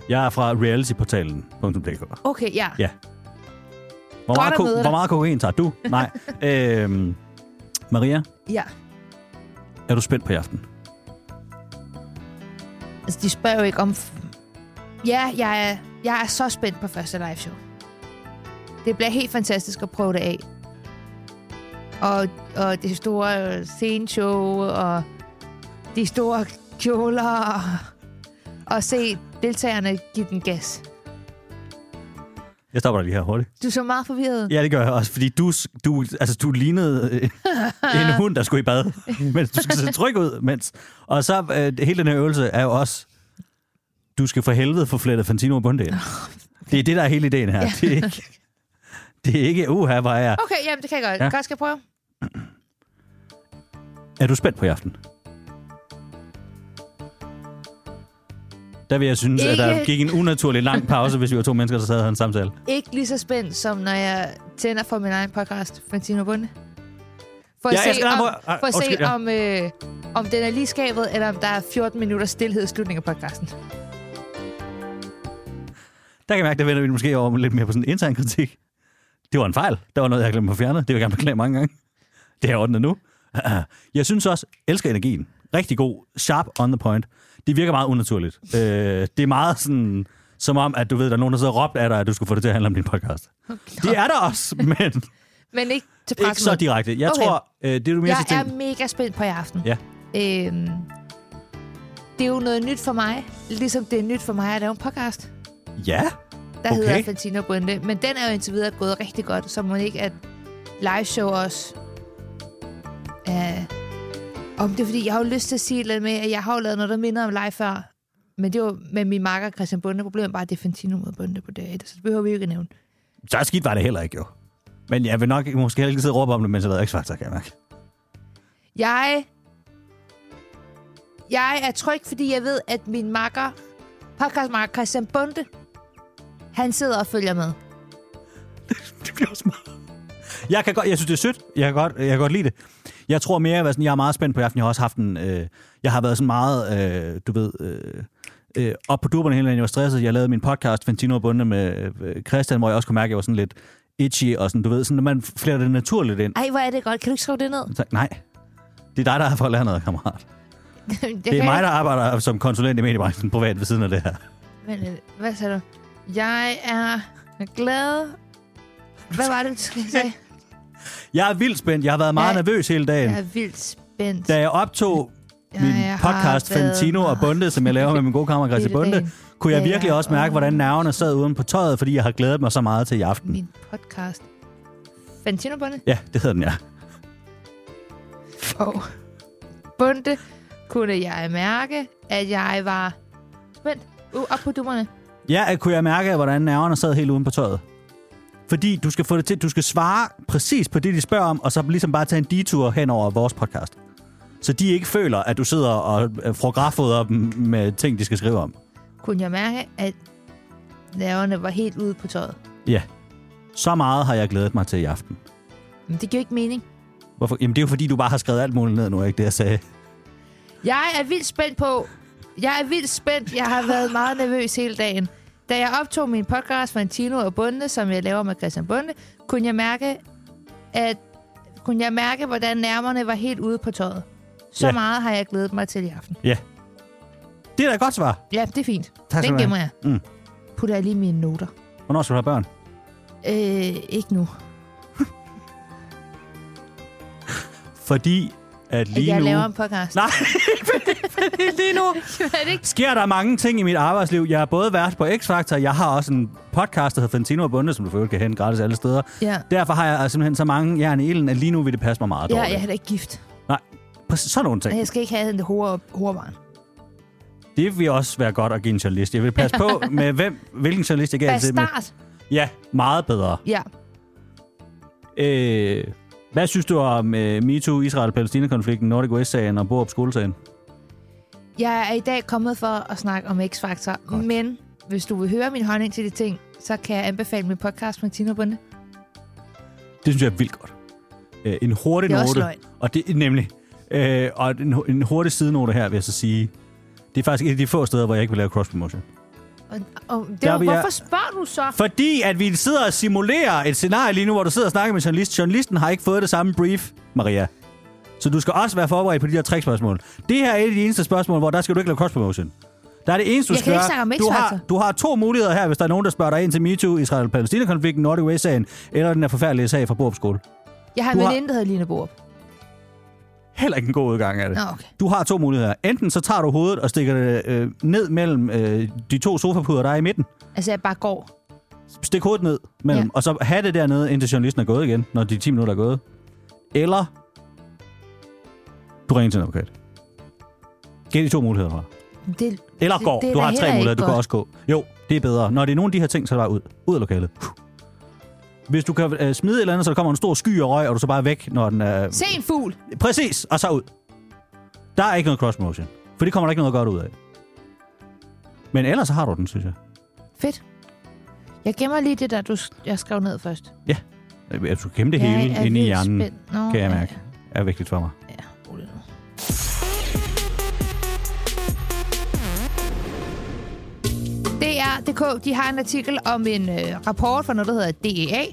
Speaker 1: jeg er fra realityportalen.dk.
Speaker 2: Okay, ja.
Speaker 1: Ja. Hvor
Speaker 2: Godt
Speaker 1: meget,
Speaker 2: at møde
Speaker 1: ko-
Speaker 2: dig.
Speaker 1: hvor meget kokain tager du? Nej. øhm, Maria,
Speaker 2: Ja.
Speaker 1: er du spændt på i aften?
Speaker 2: Altså, de spørger jo ikke om... Ja, jeg er, jeg er så spændt på første live show. Det bliver helt fantastisk at prøve det af. Og, og det store øh, sceneshow, og de store kjoler, og, og se deltagerne give den gas.
Speaker 1: Jeg stopper dig lige her hurtigt.
Speaker 2: Du er så meget forvirret.
Speaker 1: Ja, det gør jeg også, fordi du, du, altså, du lignede øh, en hund, der skulle i bad, mens du skal se tryk ud. Mens. Og så øh, hele den her øvelse er jo også, du skal for helvede få flettet Fantino og Bunde ind. Det er det, der er hele ideen her. Det er ikke, det er ikke uha, hvor er jeg.
Speaker 2: Okay, jamen, det kan jeg godt.
Speaker 1: Ja.
Speaker 2: Ja. Godt, skal jeg prøve?
Speaker 1: Er du spændt på i aften? Der vil jeg synes, at der
Speaker 2: Ikke-
Speaker 1: gik en unaturlig lang pause, hvis vi var to mennesker, der sad og havde en samtale.
Speaker 2: Ikke lige så spændt, som når jeg tænder for min egen podcast, Fantino Bunde. For at
Speaker 1: Ja, jeg
Speaker 2: se,
Speaker 1: skal- nej,
Speaker 2: om,
Speaker 1: prøv- ah,
Speaker 2: for at
Speaker 1: undskyld,
Speaker 2: se
Speaker 1: ja.
Speaker 2: om, øh, om den er lige skabet, eller om der er 14 minutter stillhed i slutningen af podcasten.
Speaker 1: Der kan jeg mærke, der vender vi måske over lidt mere på sådan en intern kritik. Det var en fejl. Der var noget, jeg glemte at fjerne. Det vil jeg gerne beklage mange gange. Det er ordnet nu. Jeg synes også, elsker energien. Rigtig god. Sharp on the point. Det virker meget unaturligt. Øh, det er meget sådan, som om, at du ved, der er nogen, der sidder og råbt af dig, at du skulle få det til at handle om din podcast. Det er der også, men
Speaker 2: Men ikke til
Speaker 1: ikke så
Speaker 2: pressemødet.
Speaker 1: direkte. Jeg
Speaker 2: Okay.
Speaker 1: tror, øh, det er du mere
Speaker 2: Jeg
Speaker 1: til
Speaker 2: er
Speaker 1: ting.
Speaker 2: mega spændt på i aften.
Speaker 1: Ja.
Speaker 2: Øhm, det er jo noget nyt for mig, ligesom det er nyt for mig at lave en podcast.
Speaker 1: Ja,
Speaker 2: Der okay. hedder
Speaker 1: Okay.
Speaker 2: Fantina Bunde, men den er jo indtil videre gået rigtig godt, så må ikke at liveshow også... Øh, om det er, fordi jeg har jo lyst til at sige et eller andet med, at jeg har jo lavet noget, der minder om live før. Men det var med min makker Christian Bunde. Problemet bare, at det er Fantino mod Bunde på dag et, så det behøver vi jo ikke at nævne.
Speaker 1: så skidt var det heller ikke, jo. Men jeg vil nok måske heller ikke sidde og råbe om det, mens jeg ved X-Factor, kan jeg mærke.
Speaker 2: Jeg... Jeg er tryg, fordi jeg ved, at min makker, podcastmakker Christian Bunde, han sidder og følger med.
Speaker 1: Det bliver også meget. Jeg, kan godt, jeg synes, det er sødt. Jeg kan godt, jeg kan godt lide det. Jeg tror mere, at jeg var sådan, jeg er meget spændt på i aften. Jeg har også haft en... Øh, jeg har været sådan meget, øh, du ved... Øh, øh, op på dupperne hele dagen. Jeg var stresset. Jeg lavede min podcast, Fantino og Bunde, med øh, Christian, hvor jeg også kunne mærke, at jeg var sådan lidt itchy, og sådan, du ved, sådan, at man fletter det naturligt ind.
Speaker 2: Ej, hvor er det godt. Kan du ikke skrive det ned?
Speaker 1: Så, nej, det er dig, der har fået at lære noget, kammerat. Det er mig, der arbejder som konsulent i mediebranchen privat ved siden af det her.
Speaker 2: Men, øh, hvad sagde du? Jeg er glad... Hvad var det, du skulle sige?
Speaker 1: Jeg er vildt spændt. Jeg har været meget
Speaker 2: Ja.
Speaker 1: ja. nervøs hele dagen.
Speaker 2: Jeg er vildt spændt.
Speaker 1: Da jeg optog
Speaker 2: Jeg
Speaker 1: min
Speaker 2: har
Speaker 1: podcast
Speaker 2: været
Speaker 1: Fantino og
Speaker 2: meget-
Speaker 1: Bunde, som jeg laver med min gode kammerat Christian
Speaker 2: Hele dagen.
Speaker 1: Bunde, kunne jeg
Speaker 2: Ja,
Speaker 1: virkelig
Speaker 2: ja.
Speaker 1: også mærke, hvordan nerverne sad uden på tøjet, fordi jeg har glædet mig så meget til i aften.
Speaker 2: Min podcast. Fantino Bunde
Speaker 1: Ja, det hedder den, ja.
Speaker 2: og Bunde kunne jeg mærke, at jeg var spændt. Uh, op på dummerne.
Speaker 1: Ja, at kunne jeg mærke, hvordan nerverne sad helt uden på tøjet. Fordi du skal få det til, du skal svare præcis på det, de spørger om, og så ligesom bare tage en detur hen over vores podcast. Så de ikke føler, at du sidder og øh, frograffoder dem med ting, de skal skrive om.
Speaker 2: kunne jeg mærke, at laverne var helt ude på tøjet.
Speaker 1: Ja. Så meget har jeg glædet mig til i aften.
Speaker 2: Men det giver ikke mening.
Speaker 1: Hvorfor? Jamen, det er jo fordi, du bare har skrevet alt muligt ned nu, er ikke det, jeg sagde?
Speaker 2: Jeg er vildt spændt på... Jeg er vildt spændt. Jeg har været meget nervøs hele dagen. Da jeg optog min podcast fra Antino og Bunde, som jeg laver med Christian Bunde, kunne jeg mærke, at kunne jeg mærke, hvordan nærmerne var helt ude på tøjet.
Speaker 1: Ja.
Speaker 2: Så ja. meget har jeg glædet mig til i aften.
Speaker 1: Ja. Det er da et godt svar.
Speaker 2: Ja, det er fint.
Speaker 1: Tak skal
Speaker 2: Den
Speaker 1: du
Speaker 2: gemmer
Speaker 1: have.
Speaker 2: jeg.
Speaker 1: Mm.
Speaker 2: Putter jeg lige mine noter.
Speaker 1: Hvornår skal du have børn?
Speaker 2: Øh, ikke nu.
Speaker 1: Fordi at lige
Speaker 2: Lige jeg
Speaker 1: nu...
Speaker 2: nu. laver en podcast.
Speaker 1: Nej, lige nu
Speaker 2: er det ikke?
Speaker 1: sker der mange ting i mit arbejdsliv. Jeg har både været på X-Factor, jeg har også en podcast, der hedder Fantino og Bunde, som du for øvrigt kan hente gratis alle steder.
Speaker 2: Ja.
Speaker 1: Derfor har jeg simpelthen så mange jern i ilden, at lige nu vil det passe mig meget
Speaker 2: Ja,
Speaker 1: dårligt.
Speaker 2: jeg er da ikke gift.
Speaker 1: Nej, præcis sådan nogle ting.
Speaker 2: Og Jeg skal ikke have den hovedbarn.
Speaker 1: Det vil også være godt at give en journalist. Jeg vil passe på med, hvem, hvilken journalist jeg giver det til. men-
Speaker 2: Bastard.
Speaker 1: Ja, meget bedre.
Speaker 2: Ja.
Speaker 1: Øh, hvad synes du om øh, MeToo, Israel-Palæstina-konflikten, Nordic West-sagen og Borup skolesagen?
Speaker 2: Jeg er i dag kommet for at snakke om X-Factor,
Speaker 1: Godt.
Speaker 2: men hvis du vil høre min holdning til de ting, så kan jeg anbefale min podcast med Tina Bunde.
Speaker 1: Det synes jeg er vildt godt. Øh, en hurtig
Speaker 2: Det er også
Speaker 1: note.
Speaker 2: løgn.
Speaker 1: Og det nemlig. Øh, og en, hu- en hurtig sidenote her, vil jeg så sige. Det er faktisk et af de få steder, hvor jeg ikke vil lave cross-promotion.
Speaker 2: Og, og det
Speaker 1: Der
Speaker 2: var,
Speaker 1: vil jeg-
Speaker 2: hvorfor spørger du så?
Speaker 1: Fordi at vi sidder og simulerer et scenarie lige nu, hvor du sidder og snakker med en journalist. Journalisten har ikke fået det samme brief, Maria. Så du skal også være forberedt på de der tre spørgsmål. Det her er et af de eneste spørgsmål, hvor der skal du ikke lave cross-promotion. Der er det eneste, du
Speaker 2: Jeg
Speaker 1: skal
Speaker 2: kan ikke
Speaker 1: gøre.
Speaker 2: snakke om
Speaker 1: du, har,
Speaker 2: X-Factor.
Speaker 1: du har to muligheder her, hvis der er nogen, der spørger dig ind til MeToo, Israel-Palæstina-konflikten, Nordic Way-sagen, eller den her forfærdelige sag fra Borup Skole.
Speaker 2: Jeg har en
Speaker 1: du har-
Speaker 2: veninde, der hedder Line Borup.
Speaker 1: Heller ikke en god udgang af det.
Speaker 2: Nå, okay.
Speaker 1: Du har to muligheder. Enten så tager du hovedet og stikker det øh, ned mellem øh, de to sofapuder, der er i midten.
Speaker 2: Altså, jeg bare går.
Speaker 1: Stik hovedet ned mellem,
Speaker 2: Ja.
Speaker 1: ja. og så have det dernede, indtil journalisten er gået igen, når de 10 minutter er gået. Eller du ringer til en advokat. Giv de to muligheder fra.
Speaker 2: Det,
Speaker 1: Eller
Speaker 2: det,
Speaker 1: går.
Speaker 2: det er
Speaker 1: du
Speaker 2: da
Speaker 1: har
Speaker 2: heller
Speaker 1: tre
Speaker 2: ikke
Speaker 1: muligheder. Du kan
Speaker 2: godt.
Speaker 1: også gå. Jo, det er bedre. Når det er nogle af de her ting, så er det bare ud. Ud af lokalet. Hvis du kan øh, smide et eller andet, så der kommer en stor sky og røg, og du så bare er væk, når den er...
Speaker 2: Se en fugl.
Speaker 1: Præcis, og så ud. Der er ikke noget cross motion, for det kommer der ikke noget godt ud af. Men ellers så har du den, synes jeg.
Speaker 2: Fedt. Jeg gemmer lige det der, du, jeg skrev ned først.
Speaker 1: Jeg skulle altså, kæmpe det hele
Speaker 2: jeg er
Speaker 1: inde i
Speaker 2: vildt
Speaker 1: hjernen,
Speaker 2: spændt. Nå,
Speaker 1: kan jeg
Speaker 2: ja,
Speaker 1: mærke. Er vigtigt for mig.
Speaker 2: Ja, rolig nu. DR.dk, de har en artikel om en øh, rapport fra noget, der hedder DEA,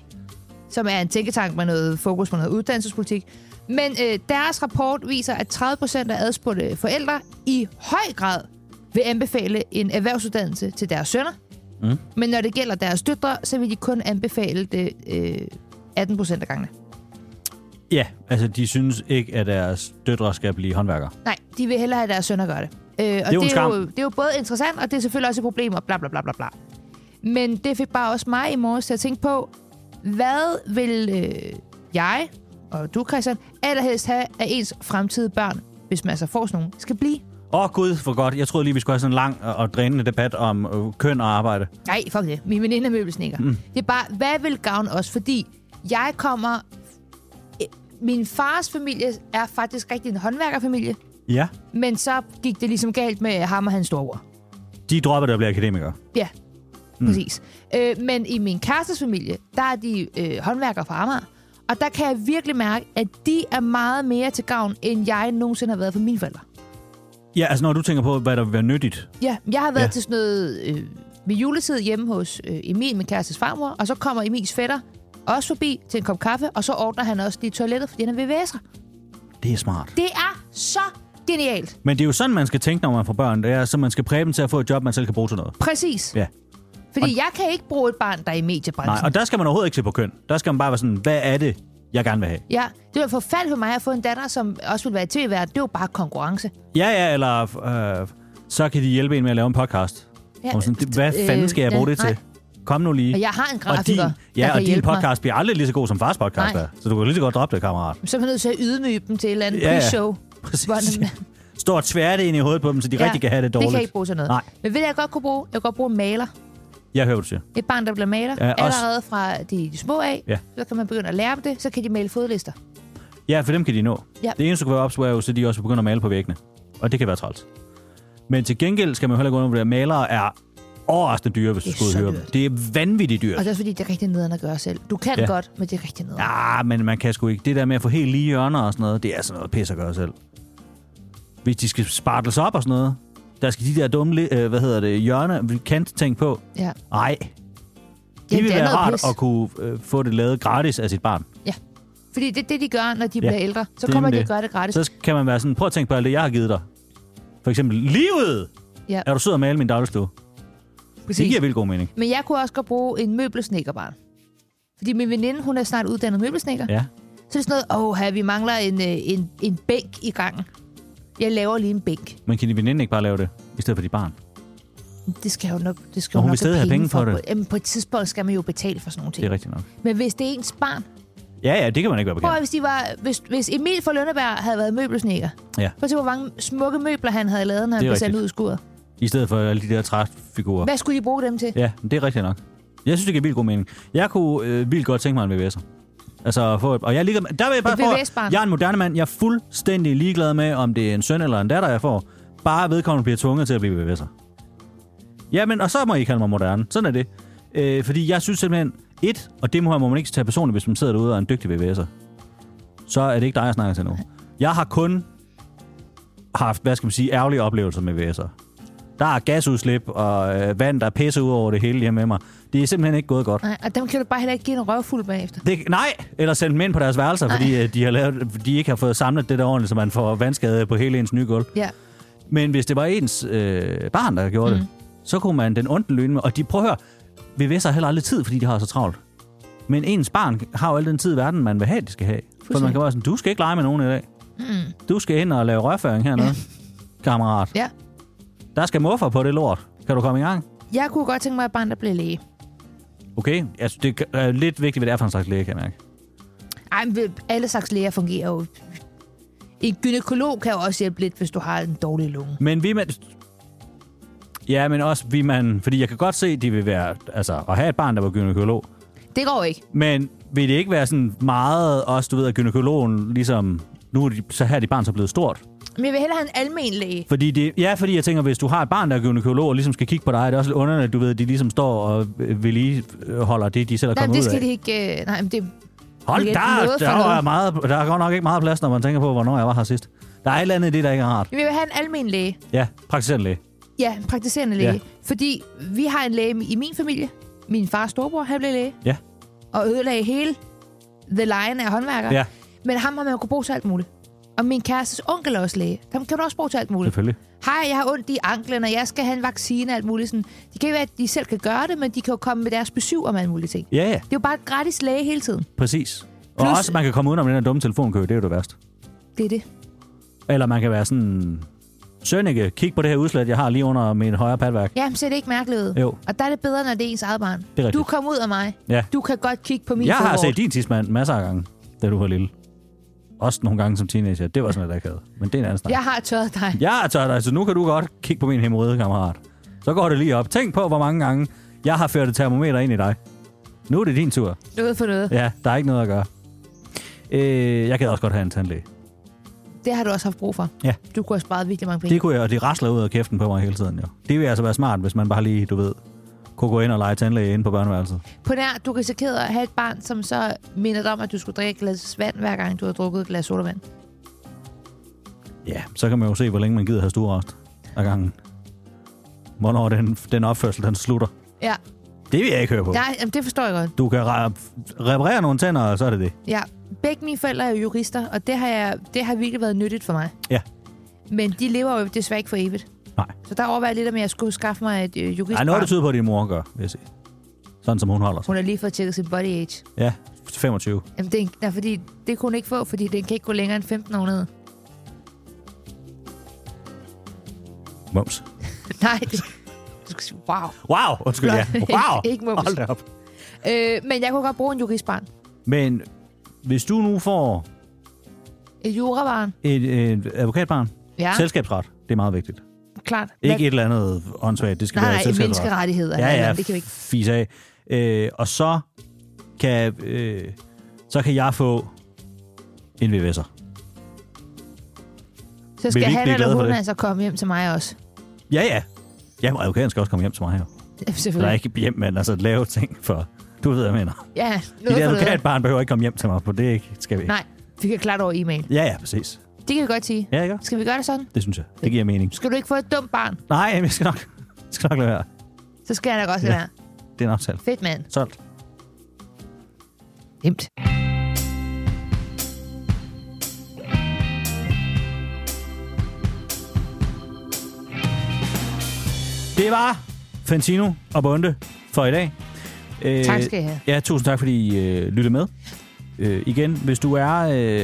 Speaker 2: som er en tænketank med noget fokus på noget uddannelsespolitik. Men øh, deres rapport viser, at 30 procent af adspurgte forældre i høj grad vil anbefale en erhvervsuddannelse til deres sønner.
Speaker 1: Mm.
Speaker 2: Men når det gælder deres døtre, så vil de kun anbefale det øh, 18 procent af gangene.
Speaker 1: Ja, altså de synes ikke, at deres døtre skal blive håndværkere.
Speaker 2: Nej, de vil hellere have deres søn at gøre det. Øh, og det
Speaker 1: jo en
Speaker 2: det, er
Speaker 1: skam.
Speaker 2: jo, det er jo både interessant, og det er selvfølgelig også et problem, og bla bla bla bla bla. Men det fik bare også mig i morges til at tænke på, hvad vil øh, jeg og du, Christian, allerhelst have af ens fremtidige børn, hvis man altså får sådan nogle, skal blive?
Speaker 1: Åh oh, gud, for godt. Jeg troede lige, vi skulle have sådan en lang og- og drænende debat om øh, køn og arbejde.
Speaker 2: Nej, fuck det. Min veninde er møbelsnikker. Mm. Det er bare, hvad vil gavne os? Fordi jeg kommer... eh, Min fars familie er faktisk rigtig en håndværkerfamilie,
Speaker 1: Ja.
Speaker 2: men så gik det ligesom galt med ham og hans storebror.
Speaker 1: De dropper det og bliver akademikere.
Speaker 2: Ja, mm. præcis. Øh, men i min kærestes familie, der er de øh, håndværkere fra Amager. Og der kan jeg virkelig mærke, at de er meget mere til gavn, end jeg nogensinde har været for mine forældre.
Speaker 1: Ja, altså når du tænker på, hvad der vil være nyttigt.
Speaker 2: Ja, jeg har været
Speaker 1: Ja.
Speaker 2: ja. til sådan noget øh, ved juletid hjemme hos øh, Emil, min kærestes farmor, og så kommer Emils fætter også forbi til en kop kaffe, og så ordner han også lige toilettet, fordi han er VVS'er.
Speaker 1: Det er smart.
Speaker 2: Det er så genialt.
Speaker 1: Men det er jo sådan, man skal tænke, når man får børn. Det er, så man skal præbe dem til at få et job, man selv kan bruge til noget.
Speaker 2: Præcis.
Speaker 1: Ja.
Speaker 2: Fordi jeg kan ikke bruge et barn, der er i mediebranchen.
Speaker 1: Nej, og der skal man overhovedet ikke se på køn. Der skal man bare være sådan, hvad er det, jeg gerne vil have?
Speaker 2: Ja, det var forfærdeligt for mig at få en datter, som også ville være i tv -verden. Det var bare konkurrence.
Speaker 1: Ja, ja, eller øh, så kan de hjælpe en med at lave en podcast.
Speaker 2: Ja,
Speaker 1: Ja, og sådan, det- hvad
Speaker 2: øh,
Speaker 1: fanden skal jeg bruge
Speaker 2: ja,
Speaker 1: det til?
Speaker 2: nej.
Speaker 1: Kom nu lige.
Speaker 2: Og jeg har en
Speaker 1: og din,
Speaker 2: grafiker, der
Speaker 1: ja,
Speaker 2: kan
Speaker 1: og din
Speaker 2: hjælpe
Speaker 1: podcast bliver aldrig lige så god som fars podcast
Speaker 2: Nej.
Speaker 1: er. Så du kan lige så godt droppe det, kammerat.
Speaker 2: mig. Så er man nødt til at ydmyge dem til et eller andet
Speaker 1: Ja, ja.
Speaker 2: pre-show.
Speaker 1: Præcis.
Speaker 2: Hvordan-
Speaker 1: Står tværte ind i hovedet på dem, så de ja, rigtig kan have det dårligt.
Speaker 2: Det kan jeg ikke bruge til noget.
Speaker 1: Nej,
Speaker 2: Men ved jeg godt kunne bruge? Jeg kan godt bruge en maler.
Speaker 1: jeg hører, hvad du siger.
Speaker 2: Et barn, der bliver maler,
Speaker 1: Ja,
Speaker 2: ja,
Speaker 1: også-
Speaker 2: allerede fra de, de små af,
Speaker 1: Ja.
Speaker 2: ja. så kan man begynde at lære dem det, så kan de male fodlister.
Speaker 1: Ja, for dem kan de nå.
Speaker 2: Ja.
Speaker 1: Det eneste, du kan være opsvaret, er jo, så de også begynder at male på væggene. Og det kan være træls. Men til gengæld skal man jo heller ikke undervurdere, at malere er overraskende dyre, hvis du
Speaker 2: Det er
Speaker 1: skulle
Speaker 2: så
Speaker 1: høre dem.
Speaker 2: dyrt.
Speaker 1: Det er vanvittigt dyrt.
Speaker 2: Og det er også fordi, det er rigtig nederen at gøre selv. Du kan
Speaker 1: Ja.
Speaker 2: ja. godt, men det er rigtig nederen. Ja.
Speaker 1: Ah, men man kan sgu ikke. Det der med at få helt lige hjørner og sådan noget, det er sådan noget pis at gøre selv. Hvis de skal spartles op og sådan noget, der skal de der dumme, li- øh, hvad hedder det, hjørne, kant tænke på.
Speaker 2: ja.
Speaker 1: Nej, det
Speaker 2: Jamen,
Speaker 1: ville
Speaker 2: er
Speaker 1: være
Speaker 2: noget
Speaker 1: rart
Speaker 2: pis.
Speaker 1: at kunne øh, få det lavet gratis af sit barn.
Speaker 2: Fordi det er det, de gør, når de
Speaker 1: Ja,
Speaker 2: ja. bliver ældre. Så
Speaker 1: det er
Speaker 2: kommer de
Speaker 1: det.
Speaker 2: og gør det gratis.
Speaker 1: Så kan man være sådan, prøv at tænke på alt det, jeg har givet dig. For eksempel, livet!
Speaker 2: Ja.
Speaker 1: Er du sød at male min dagligstue?
Speaker 2: Præcis.
Speaker 1: Det giver vildt god mening.
Speaker 2: Men jeg kunne også godt bruge en møbelsnekkerbarn. Fordi min veninde, hun er snart uddannet møbelsnekker.
Speaker 1: Ja.
Speaker 2: Så er det sådan noget, åh, her, vi mangler en, øh, en, en bænk i gangen. Jeg laver lige en bænk.
Speaker 1: Men kan de veninde ikke bare lave det, i stedet for dit barn?
Speaker 2: Det skal jo nok, det skal
Speaker 1: Og
Speaker 2: jo
Speaker 1: hun
Speaker 2: nok
Speaker 1: vil stadig have penge for det.
Speaker 2: Jamen, på et tidspunkt skal man jo betale for sådan nogle
Speaker 1: Det
Speaker 2: ting.
Speaker 1: er rigtigt nok.
Speaker 2: Men hvis det er ens barn,
Speaker 1: Ja, ja, det kan man ikke være
Speaker 2: prøv at,
Speaker 1: bekendt.
Speaker 2: hvis, de var, hvis, hvis Emil fra Lønneberg havde været møbelsnækker,
Speaker 1: Ja.
Speaker 2: prøv at se, hvor mange smukke møbler han havde lavet, når han
Speaker 1: Det er
Speaker 2: blev sendt
Speaker 1: rigtigt.
Speaker 2: ud i skuret.
Speaker 1: I stedet for alle de der træfigurer.
Speaker 2: Hvad skulle de bruge dem til?
Speaker 1: Ja, men det er rigtigt nok. Jeg synes, det giver vildt god mening. Jeg kunne øh, vildt godt tænke mig en VVS'er. Altså, at få et, og jeg er ligeglad med, der vil jeg bare
Speaker 2: Et
Speaker 1: få,
Speaker 2: VVS-barn.
Speaker 1: jeg er en moderne mand, jeg er fuldstændig ligeglad med, om det er en søn eller en datter, jeg får. Bare vedkommende bliver tvunget til at blive VVS'er. Jamen, og så må I kalde mig moderne. Sådan er det. Øh, fordi jeg synes simpelthen, et, og det må her må man ikke tage personligt, hvis man sidder derude og er en dygtig VVS'er, så er det ikke dig, jeg snakker til nu. Jeg har kun haft, hvad skal man sige, ærgerlige oplevelser med VVS'er. Der er gasudslip og øh, vand, der pisser ud over det hele hjemme med mig. Det er simpelthen ikke gået godt.
Speaker 2: Nej, og dem kan du bare heller ikke give en røvfuld bagefter.
Speaker 1: Det, nej, eller sende dem ind på deres værelser, fordi øh, de, har lavet, de ikke har fået samlet det der ordentligt, så man får vandskade på hele ens nye gulv.
Speaker 2: Ja.
Speaker 1: Men hvis det var ens øh, barn, der gjorde mm. det, så kunne man den onde løn med. Og de, prøv at høre, VVS har heller aldrig tid, fordi de har så travlt. Men ens barn har jo al den tid i verden, man vil have, de skal have. For man
Speaker 2: Fuldstændig.
Speaker 1: kan være sådan, du skal ikke lege med nogen i dag. Mm. Du skal ind og lave rørføring hernede, kammerat.
Speaker 2: ja.
Speaker 1: Der skal muffer på det lort. Kan du komme i gang?
Speaker 2: Jeg kunne godt tænke mig, at barn, der blev læge.
Speaker 1: Okay, altså, det er lidt vigtigt, hvad det er for en slags læge, kan jeg mærke.
Speaker 2: Ej, men vel, alle slags læger fungerer jo. En gynekolog kan jo også hjælpe lidt, hvis du har en dårlig lunge.
Speaker 1: Men vi man... Ja, men også vi man... Fordi jeg kan godt se, de vil være... Altså, at have et barn, der var gynekolog.
Speaker 2: Det går ikke.
Speaker 1: Men vil det ikke være sådan meget også, du ved, at gynekologen ligesom... Nu er de, så her er dit barn så blevet stort.
Speaker 2: Men jeg vil hellere have en almen læge.
Speaker 1: Fordi det, ja, fordi jeg tænker, hvis du har et barn, der er gynekolog, og ligesom skal kigge på dig, er det også lidt underligt, at du ved, at de ligesom står og øh, vedligeholder det, de selv er
Speaker 2: Nej, men
Speaker 1: kommet
Speaker 2: det
Speaker 1: ud af.
Speaker 2: skal det ikke... øh, Nej, men det,
Speaker 1: Hold
Speaker 2: Det
Speaker 1: da,
Speaker 2: er noget
Speaker 1: der,
Speaker 2: for
Speaker 1: der,
Speaker 2: noget.
Speaker 1: er meget, der er godt nok ikke meget plads, når man tænker på, hvornår jeg var her sidst. Der er et eller andet i det, der ikke er rart.
Speaker 2: jeg vil have en almen læge.
Speaker 1: Ja, praktiserende læge.
Speaker 2: Ja, en praktiserende læge.
Speaker 1: Ja.
Speaker 2: Ja. Fordi vi har en læge i min familie. Min fars storebror, han blev læge.
Speaker 1: Ja.
Speaker 2: Og ødelagde hele The Lion er håndværker.
Speaker 1: Ja.
Speaker 2: Men ham har man jo kunne bruge til alt muligt. Og min kærestes onkel er også læge. Dem kan du også bruge til alt muligt.
Speaker 1: Selvfølgelig.
Speaker 2: Hej, jeg har ondt i anklen, og jeg skal have en vaccine og alt muligt. Sådan. Det kan jo være, at de selv kan gøre det, men de kan jo komme med deres besøg om alt muligt ting.
Speaker 1: Ja, ja,
Speaker 2: Det er jo bare et gratis læge hele tiden.
Speaker 1: præcis. Og
Speaker 2: Plus-
Speaker 1: også, man kan komme udenom den her dumme telefonkø, det er jo det værste.
Speaker 2: Det er det.
Speaker 1: Eller man kan være sådan... Sønneke, kig på det her udslag, jeg har lige under min højre patværk.
Speaker 2: Jamen, ser det ikke mærkeligt ud?
Speaker 1: Jo.
Speaker 2: Og der er det bedre, når det er ens eget barn.
Speaker 1: er rigtigt.
Speaker 2: du kom ud af mig.
Speaker 1: Ja.
Speaker 2: Du kan godt kigge på min
Speaker 1: Jeg har
Speaker 2: fodvort.
Speaker 1: set din tidsmand masser af gange, da du var lille. Også nogle gange som teenager. Det var sådan lidt akavet. Men det er en anden snak.
Speaker 2: Jeg har tørret dig.
Speaker 1: Jeg har tørt dig, så nu kan du godt kigge på min hemorrhide, kammerat. Så går det lige op. Tænk på, hvor mange gange jeg har ført et termometer ind i dig. Nu er det din tur.
Speaker 2: Noget for noget.
Speaker 1: Ja, der er ikke noget at gøre. Øh, jeg kan også godt have en tandlæge.
Speaker 2: Det har du også haft brug for.
Speaker 1: Ja.
Speaker 2: Du kunne have sparet virkelig mange penge.
Speaker 1: Det kunne jeg, og det rasler ud af kæften på mig hele tiden, jo. Det vil altså være smart, hvis man bare lige, du ved, kunne gå ind og lege tandlæge inde på børneværelset.
Speaker 2: På nær, du kan risikere at have et barn, som så minder dig om, at du skulle drikke et glas vand, hver gang du har drukket et glas sodavand.
Speaker 1: Ja, så kan man jo se, hvor længe man gider have stuerest ad gangen. Hvornår den, den opførsel, den slutter.
Speaker 2: Ja,
Speaker 1: Det vil jeg ikke høre på.
Speaker 2: Nej, jamen, det forstår jeg godt.
Speaker 1: Du kan re- reparere nogle tænder, og så er det det.
Speaker 2: Ja. Begge mine forældre er jo jurister, og det har, jeg, det har virkelig været nyttigt for mig.
Speaker 1: Ja.
Speaker 2: Men de lever jo desværre ikke for evigt.
Speaker 1: Nej.
Speaker 2: Så der overvejer jeg lidt, om jeg skulle skaffe mig et
Speaker 1: Der er
Speaker 2: øh,
Speaker 1: noget, der
Speaker 2: juristbarn.
Speaker 1: tyder på, at din mor gør, vil jeg sige. Sådan som hun holder sig.
Speaker 2: Hun har lige fået tjekket sin body age.
Speaker 1: Ja, 25.
Speaker 2: Jamen, det, er en- nej, fordi, det kunne hun ikke få, fordi den kan ikke gå længere end 15 år ned.
Speaker 1: Mums.
Speaker 2: Nej, det, du skal sige, wow.
Speaker 1: Wow, undskyld, ja. Wow,
Speaker 2: Ikke- ikke mums.
Speaker 1: hold da op.
Speaker 2: Øh, men jeg kunne godt bruge en juristbarn.
Speaker 1: Men hvis du nu får
Speaker 2: Et jurabarn.
Speaker 1: et, et advokatbarn,
Speaker 2: Ja, Selv...
Speaker 1: selskabsret, det er meget vigtigt.
Speaker 2: klart.
Speaker 1: Ikke et eller andet åndssvagt, det skal
Speaker 2: Nej,
Speaker 1: være et
Speaker 2: nej,
Speaker 1: selskabsret.
Speaker 2: menneskerettigheder.
Speaker 1: Ja, ja,
Speaker 2: Det kan vi ikke.
Speaker 1: fis af. Øh, og så kan, øh, så kan jeg få en VVS'er.
Speaker 2: Så
Speaker 1: Vil
Speaker 2: skal
Speaker 1: vi ikke
Speaker 2: han
Speaker 1: blive
Speaker 2: eller
Speaker 1: glade for
Speaker 2: hun
Speaker 1: det?
Speaker 2: altså komme hjem til mig også.
Speaker 1: Ja, ja. Jamen, advokaten skal også komme hjem til mig her.
Speaker 2: Ja,
Speaker 1: Eller
Speaker 2: Selvfølgelig.
Speaker 1: ikke hjem, men altså lave ting for... Du ved, hvad jeg mener.
Speaker 2: Ja,
Speaker 1: Dit
Speaker 2: noget for noget.
Speaker 1: advokatbarn behøver ikke komme hjem til mig, for det ikke- skal vi ikke.
Speaker 2: Nej, vi kan klart over e-mail.
Speaker 1: Ja, ja, præcis.
Speaker 2: Det kan vi godt sige.
Speaker 1: Ja, ikke?
Speaker 2: Skal vi gøre det sådan?
Speaker 1: Det synes jeg. Det giver mening.
Speaker 2: Skal du ikke få et dumt barn,
Speaker 1: Nej, jeg skal nok, jeg skal nok lade være.
Speaker 2: så skal jeg nok også
Speaker 1: Ja.
Speaker 2: ja. være.
Speaker 1: Det er en aftale.
Speaker 2: Fedt mand.
Speaker 1: Solgt.
Speaker 2: Nemt.
Speaker 1: Det var Fantino og Bunde for i dag. Øh,
Speaker 2: Tak skal I have.
Speaker 1: Ja, tusind tak, fordi I øh, lyttede med. Øh, igen, hvis du er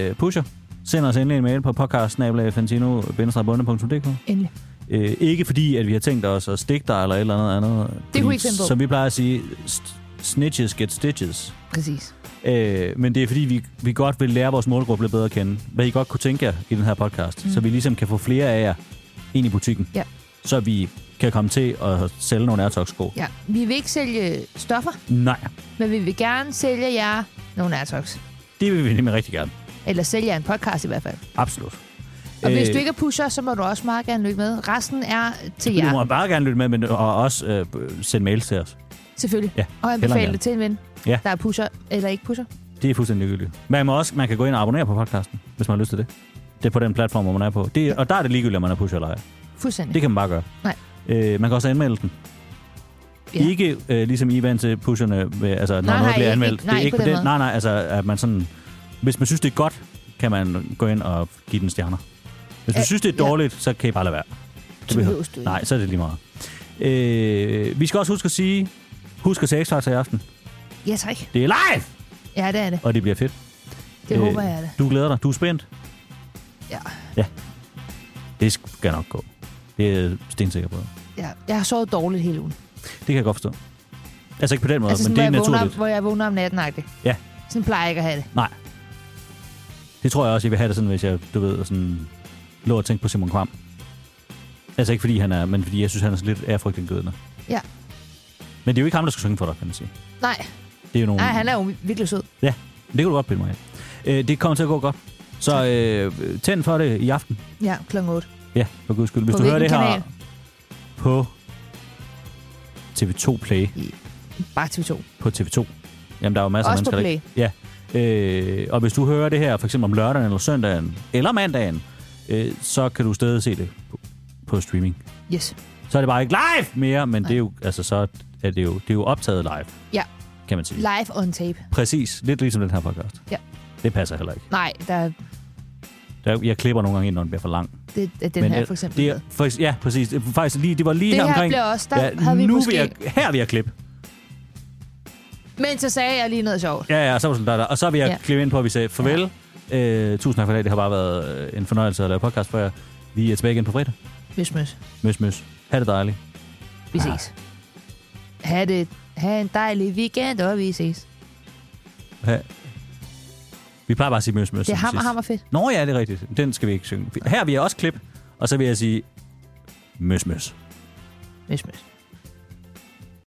Speaker 1: øh, pusher, send os endelig en mail på podcast-fantino-bunde.dk
Speaker 2: Endelig.
Speaker 1: øh, Ikke fordi, at vi har tænkt os at stikke dig eller et eller andet andet.
Speaker 2: Det kunne
Speaker 1: Fordi,
Speaker 2: vi ikke finde på.
Speaker 1: Som vi plejer at sige, st- snitches get stitches.
Speaker 2: Præcis.
Speaker 1: Øh, men det er fordi, vi, vi godt vil lære vores målgruppe lidt bedre at kende. Hvad I godt kunne tænke jer i den her podcast. Mm. Så vi ligesom kan få flere af jer ind i butikken.
Speaker 2: Ja.
Speaker 1: Så vi kan komme til at sælge nogle Airtox-sko.
Speaker 2: Ja. Vi vil ikke sælge stoffer,
Speaker 1: Nej,
Speaker 2: men vi vil gerne sælge jer nogle Airtox.
Speaker 1: det vil vi nemlig rigtig gerne.
Speaker 2: Eller sælge jer en podcast i hvert fald.
Speaker 1: Absolut.
Speaker 2: Og øh. hvis du ikke er pusher, så må du også meget gerne lytte med. Resten er til
Speaker 1: Ja.
Speaker 2: jer.
Speaker 1: Du må bare gerne lytte med, men, og også øh, sende mails til os.
Speaker 2: Selvfølgelig.
Speaker 1: Ja,
Speaker 2: Og
Speaker 1: hellere
Speaker 2: anbefale
Speaker 1: gerne.
Speaker 2: det til en ven,
Speaker 1: Ja.
Speaker 2: der er pusher eller ikke pusher.
Speaker 1: Det er fuldstændig ligegyldigt. Man, må også, man kan gå ind og abonnere på podcasten, hvis man har lyst til det. Det er på den platform, hvor man er på. Det, er- og der er det ligegyldigt, om man er pusher eller ej.
Speaker 2: Fuldstændig.
Speaker 1: Det kan man bare gøre.
Speaker 2: Nej.
Speaker 1: Øh, man kan også anmelde den.
Speaker 2: Ja.
Speaker 1: Ja. Ikke øh, ligesom I er vant til pusherne, med, altså, når
Speaker 2: Nej,
Speaker 1: noget
Speaker 2: nej,
Speaker 1: bliver
Speaker 2: ikke-
Speaker 1: anmeldt.
Speaker 2: ikke- nej,
Speaker 1: det er
Speaker 2: ikke på den måde.
Speaker 1: Nej, nej, altså at man sådan... Hvis man synes, det er godt, kan man gå ind og give den stjerner. Hvis du
Speaker 2: Øh,
Speaker 1: synes, det er
Speaker 2: ja.
Speaker 1: dårligt, så kan I bare lade være.
Speaker 2: Så
Speaker 1: behøver-
Speaker 2: behøves du ikke.
Speaker 1: Nej, så er det lige meget. Øh, vi skal også huske at sige, husk at se X-Factor i aften.
Speaker 2: Ja, tak.
Speaker 1: Det er live,
Speaker 2: Ja, det er det.
Speaker 1: og det bliver fedt. Øh,
Speaker 2: Det håber jeg da.
Speaker 1: Du glæder dig. Du er spændt.
Speaker 2: Ja.
Speaker 1: Det skal nok gå. Det er jeg stensikker på.
Speaker 2: ja. Jeg har sovet dårligt hele ugen.
Speaker 1: Det kan jeg godt forstå. Altså ikke på den måde,
Speaker 2: Altså,
Speaker 1: altså,
Speaker 2: sådan,
Speaker 1: men det er
Speaker 2: hvor, jeg vågner,
Speaker 1: naturligt.
Speaker 2: om- hvor jeg vågner om natten -agtigt.
Speaker 1: Ja.
Speaker 2: Sådan plejer jeg ikke at have det.
Speaker 1: Nej. Det tror jeg også, jeg vil have det sådan, hvis jeg, du ved, sådan, lå og tænkte på Simon Kvam. Altså ikke fordi han er, men fordi jeg synes, han er sådan lidt ærefrygtindgødende.
Speaker 2: Ja.
Speaker 1: Men det er jo ikke ham, der skal synge for dig, kan man sige.
Speaker 2: Nej,
Speaker 1: Det er jo nogle...
Speaker 2: nej han er jo virkelig sød.
Speaker 1: Ja, det kan du godt bilde mig af. Øh, det kommer til at gå godt. Så øh, tænd for det i aften.
Speaker 2: Ja, klokken 8.
Speaker 1: Ja, for guds skyld. Hvis
Speaker 2: På
Speaker 1: du hører det
Speaker 2: hvilken
Speaker 1: her
Speaker 2: kanal?
Speaker 1: på TV2 Play.
Speaker 2: Bare TV2.
Speaker 1: På TV2. Jamen, der er jo masser
Speaker 2: Også
Speaker 1: af
Speaker 2: på E?
Speaker 1: mennesker, der ikke- Ja. Øh, og hvis du hører det her for eksempel om lørdagen eller søndagen eller mandagen, øh, så kan du stadig se det på, på streaming.
Speaker 2: Yes.
Speaker 1: Så er det bare ikke live mere, men det er jo, altså, så er det jo, det er jo optaget live.
Speaker 2: Ja,
Speaker 1: kan man sige.
Speaker 2: Live on tape.
Speaker 1: Præcis. Lidt ligesom den her podcast.
Speaker 2: Ja.
Speaker 1: Det passer heller ikke.
Speaker 2: Nej, der er
Speaker 1: Der, jeg klipper nogle gange ind, når den bliver for lang.
Speaker 2: det, er den Men, her
Speaker 1: øh,
Speaker 2: for eksempel.
Speaker 1: Det er, for, eks- ja, præcis. Det, er faktisk lige, det var lige
Speaker 2: Det
Speaker 1: her
Speaker 2: her
Speaker 1: omkring.
Speaker 2: blev også- der havde vi
Speaker 1: nu
Speaker 2: måske-
Speaker 1: Vil jeg, her vil jeg klippe.
Speaker 2: Men så sagde jeg lige noget sjovt.
Speaker 1: Ja, ja, og så var det sådan, der, der. Og så vil jeg ja.
Speaker 2: Ja.
Speaker 1: klippe ind på, at vi sagde farvel. Ja. Øh, tusind tak for i dag. Det har bare været øh, en fornøjelse at lave podcast for jer. Vi er tilbage igen på fredag.
Speaker 2: Møs, møs.
Speaker 1: Møs, møs. Ha' det dejligt.
Speaker 2: Vi ses. Ha' det. Ha' en dejlig weekend, og vi ses.
Speaker 1: Ha. Vi plejer bare at sige møs, møs.
Speaker 2: Det er
Speaker 1: som
Speaker 2: hammer,
Speaker 1: sidst.
Speaker 2: hammer fedt.
Speaker 1: Nå ja, det er rigtigt. Den skal vi ikke synge. Her vil jeg også klippe, og så vil jeg sige møs, møs.
Speaker 2: Møs, møs.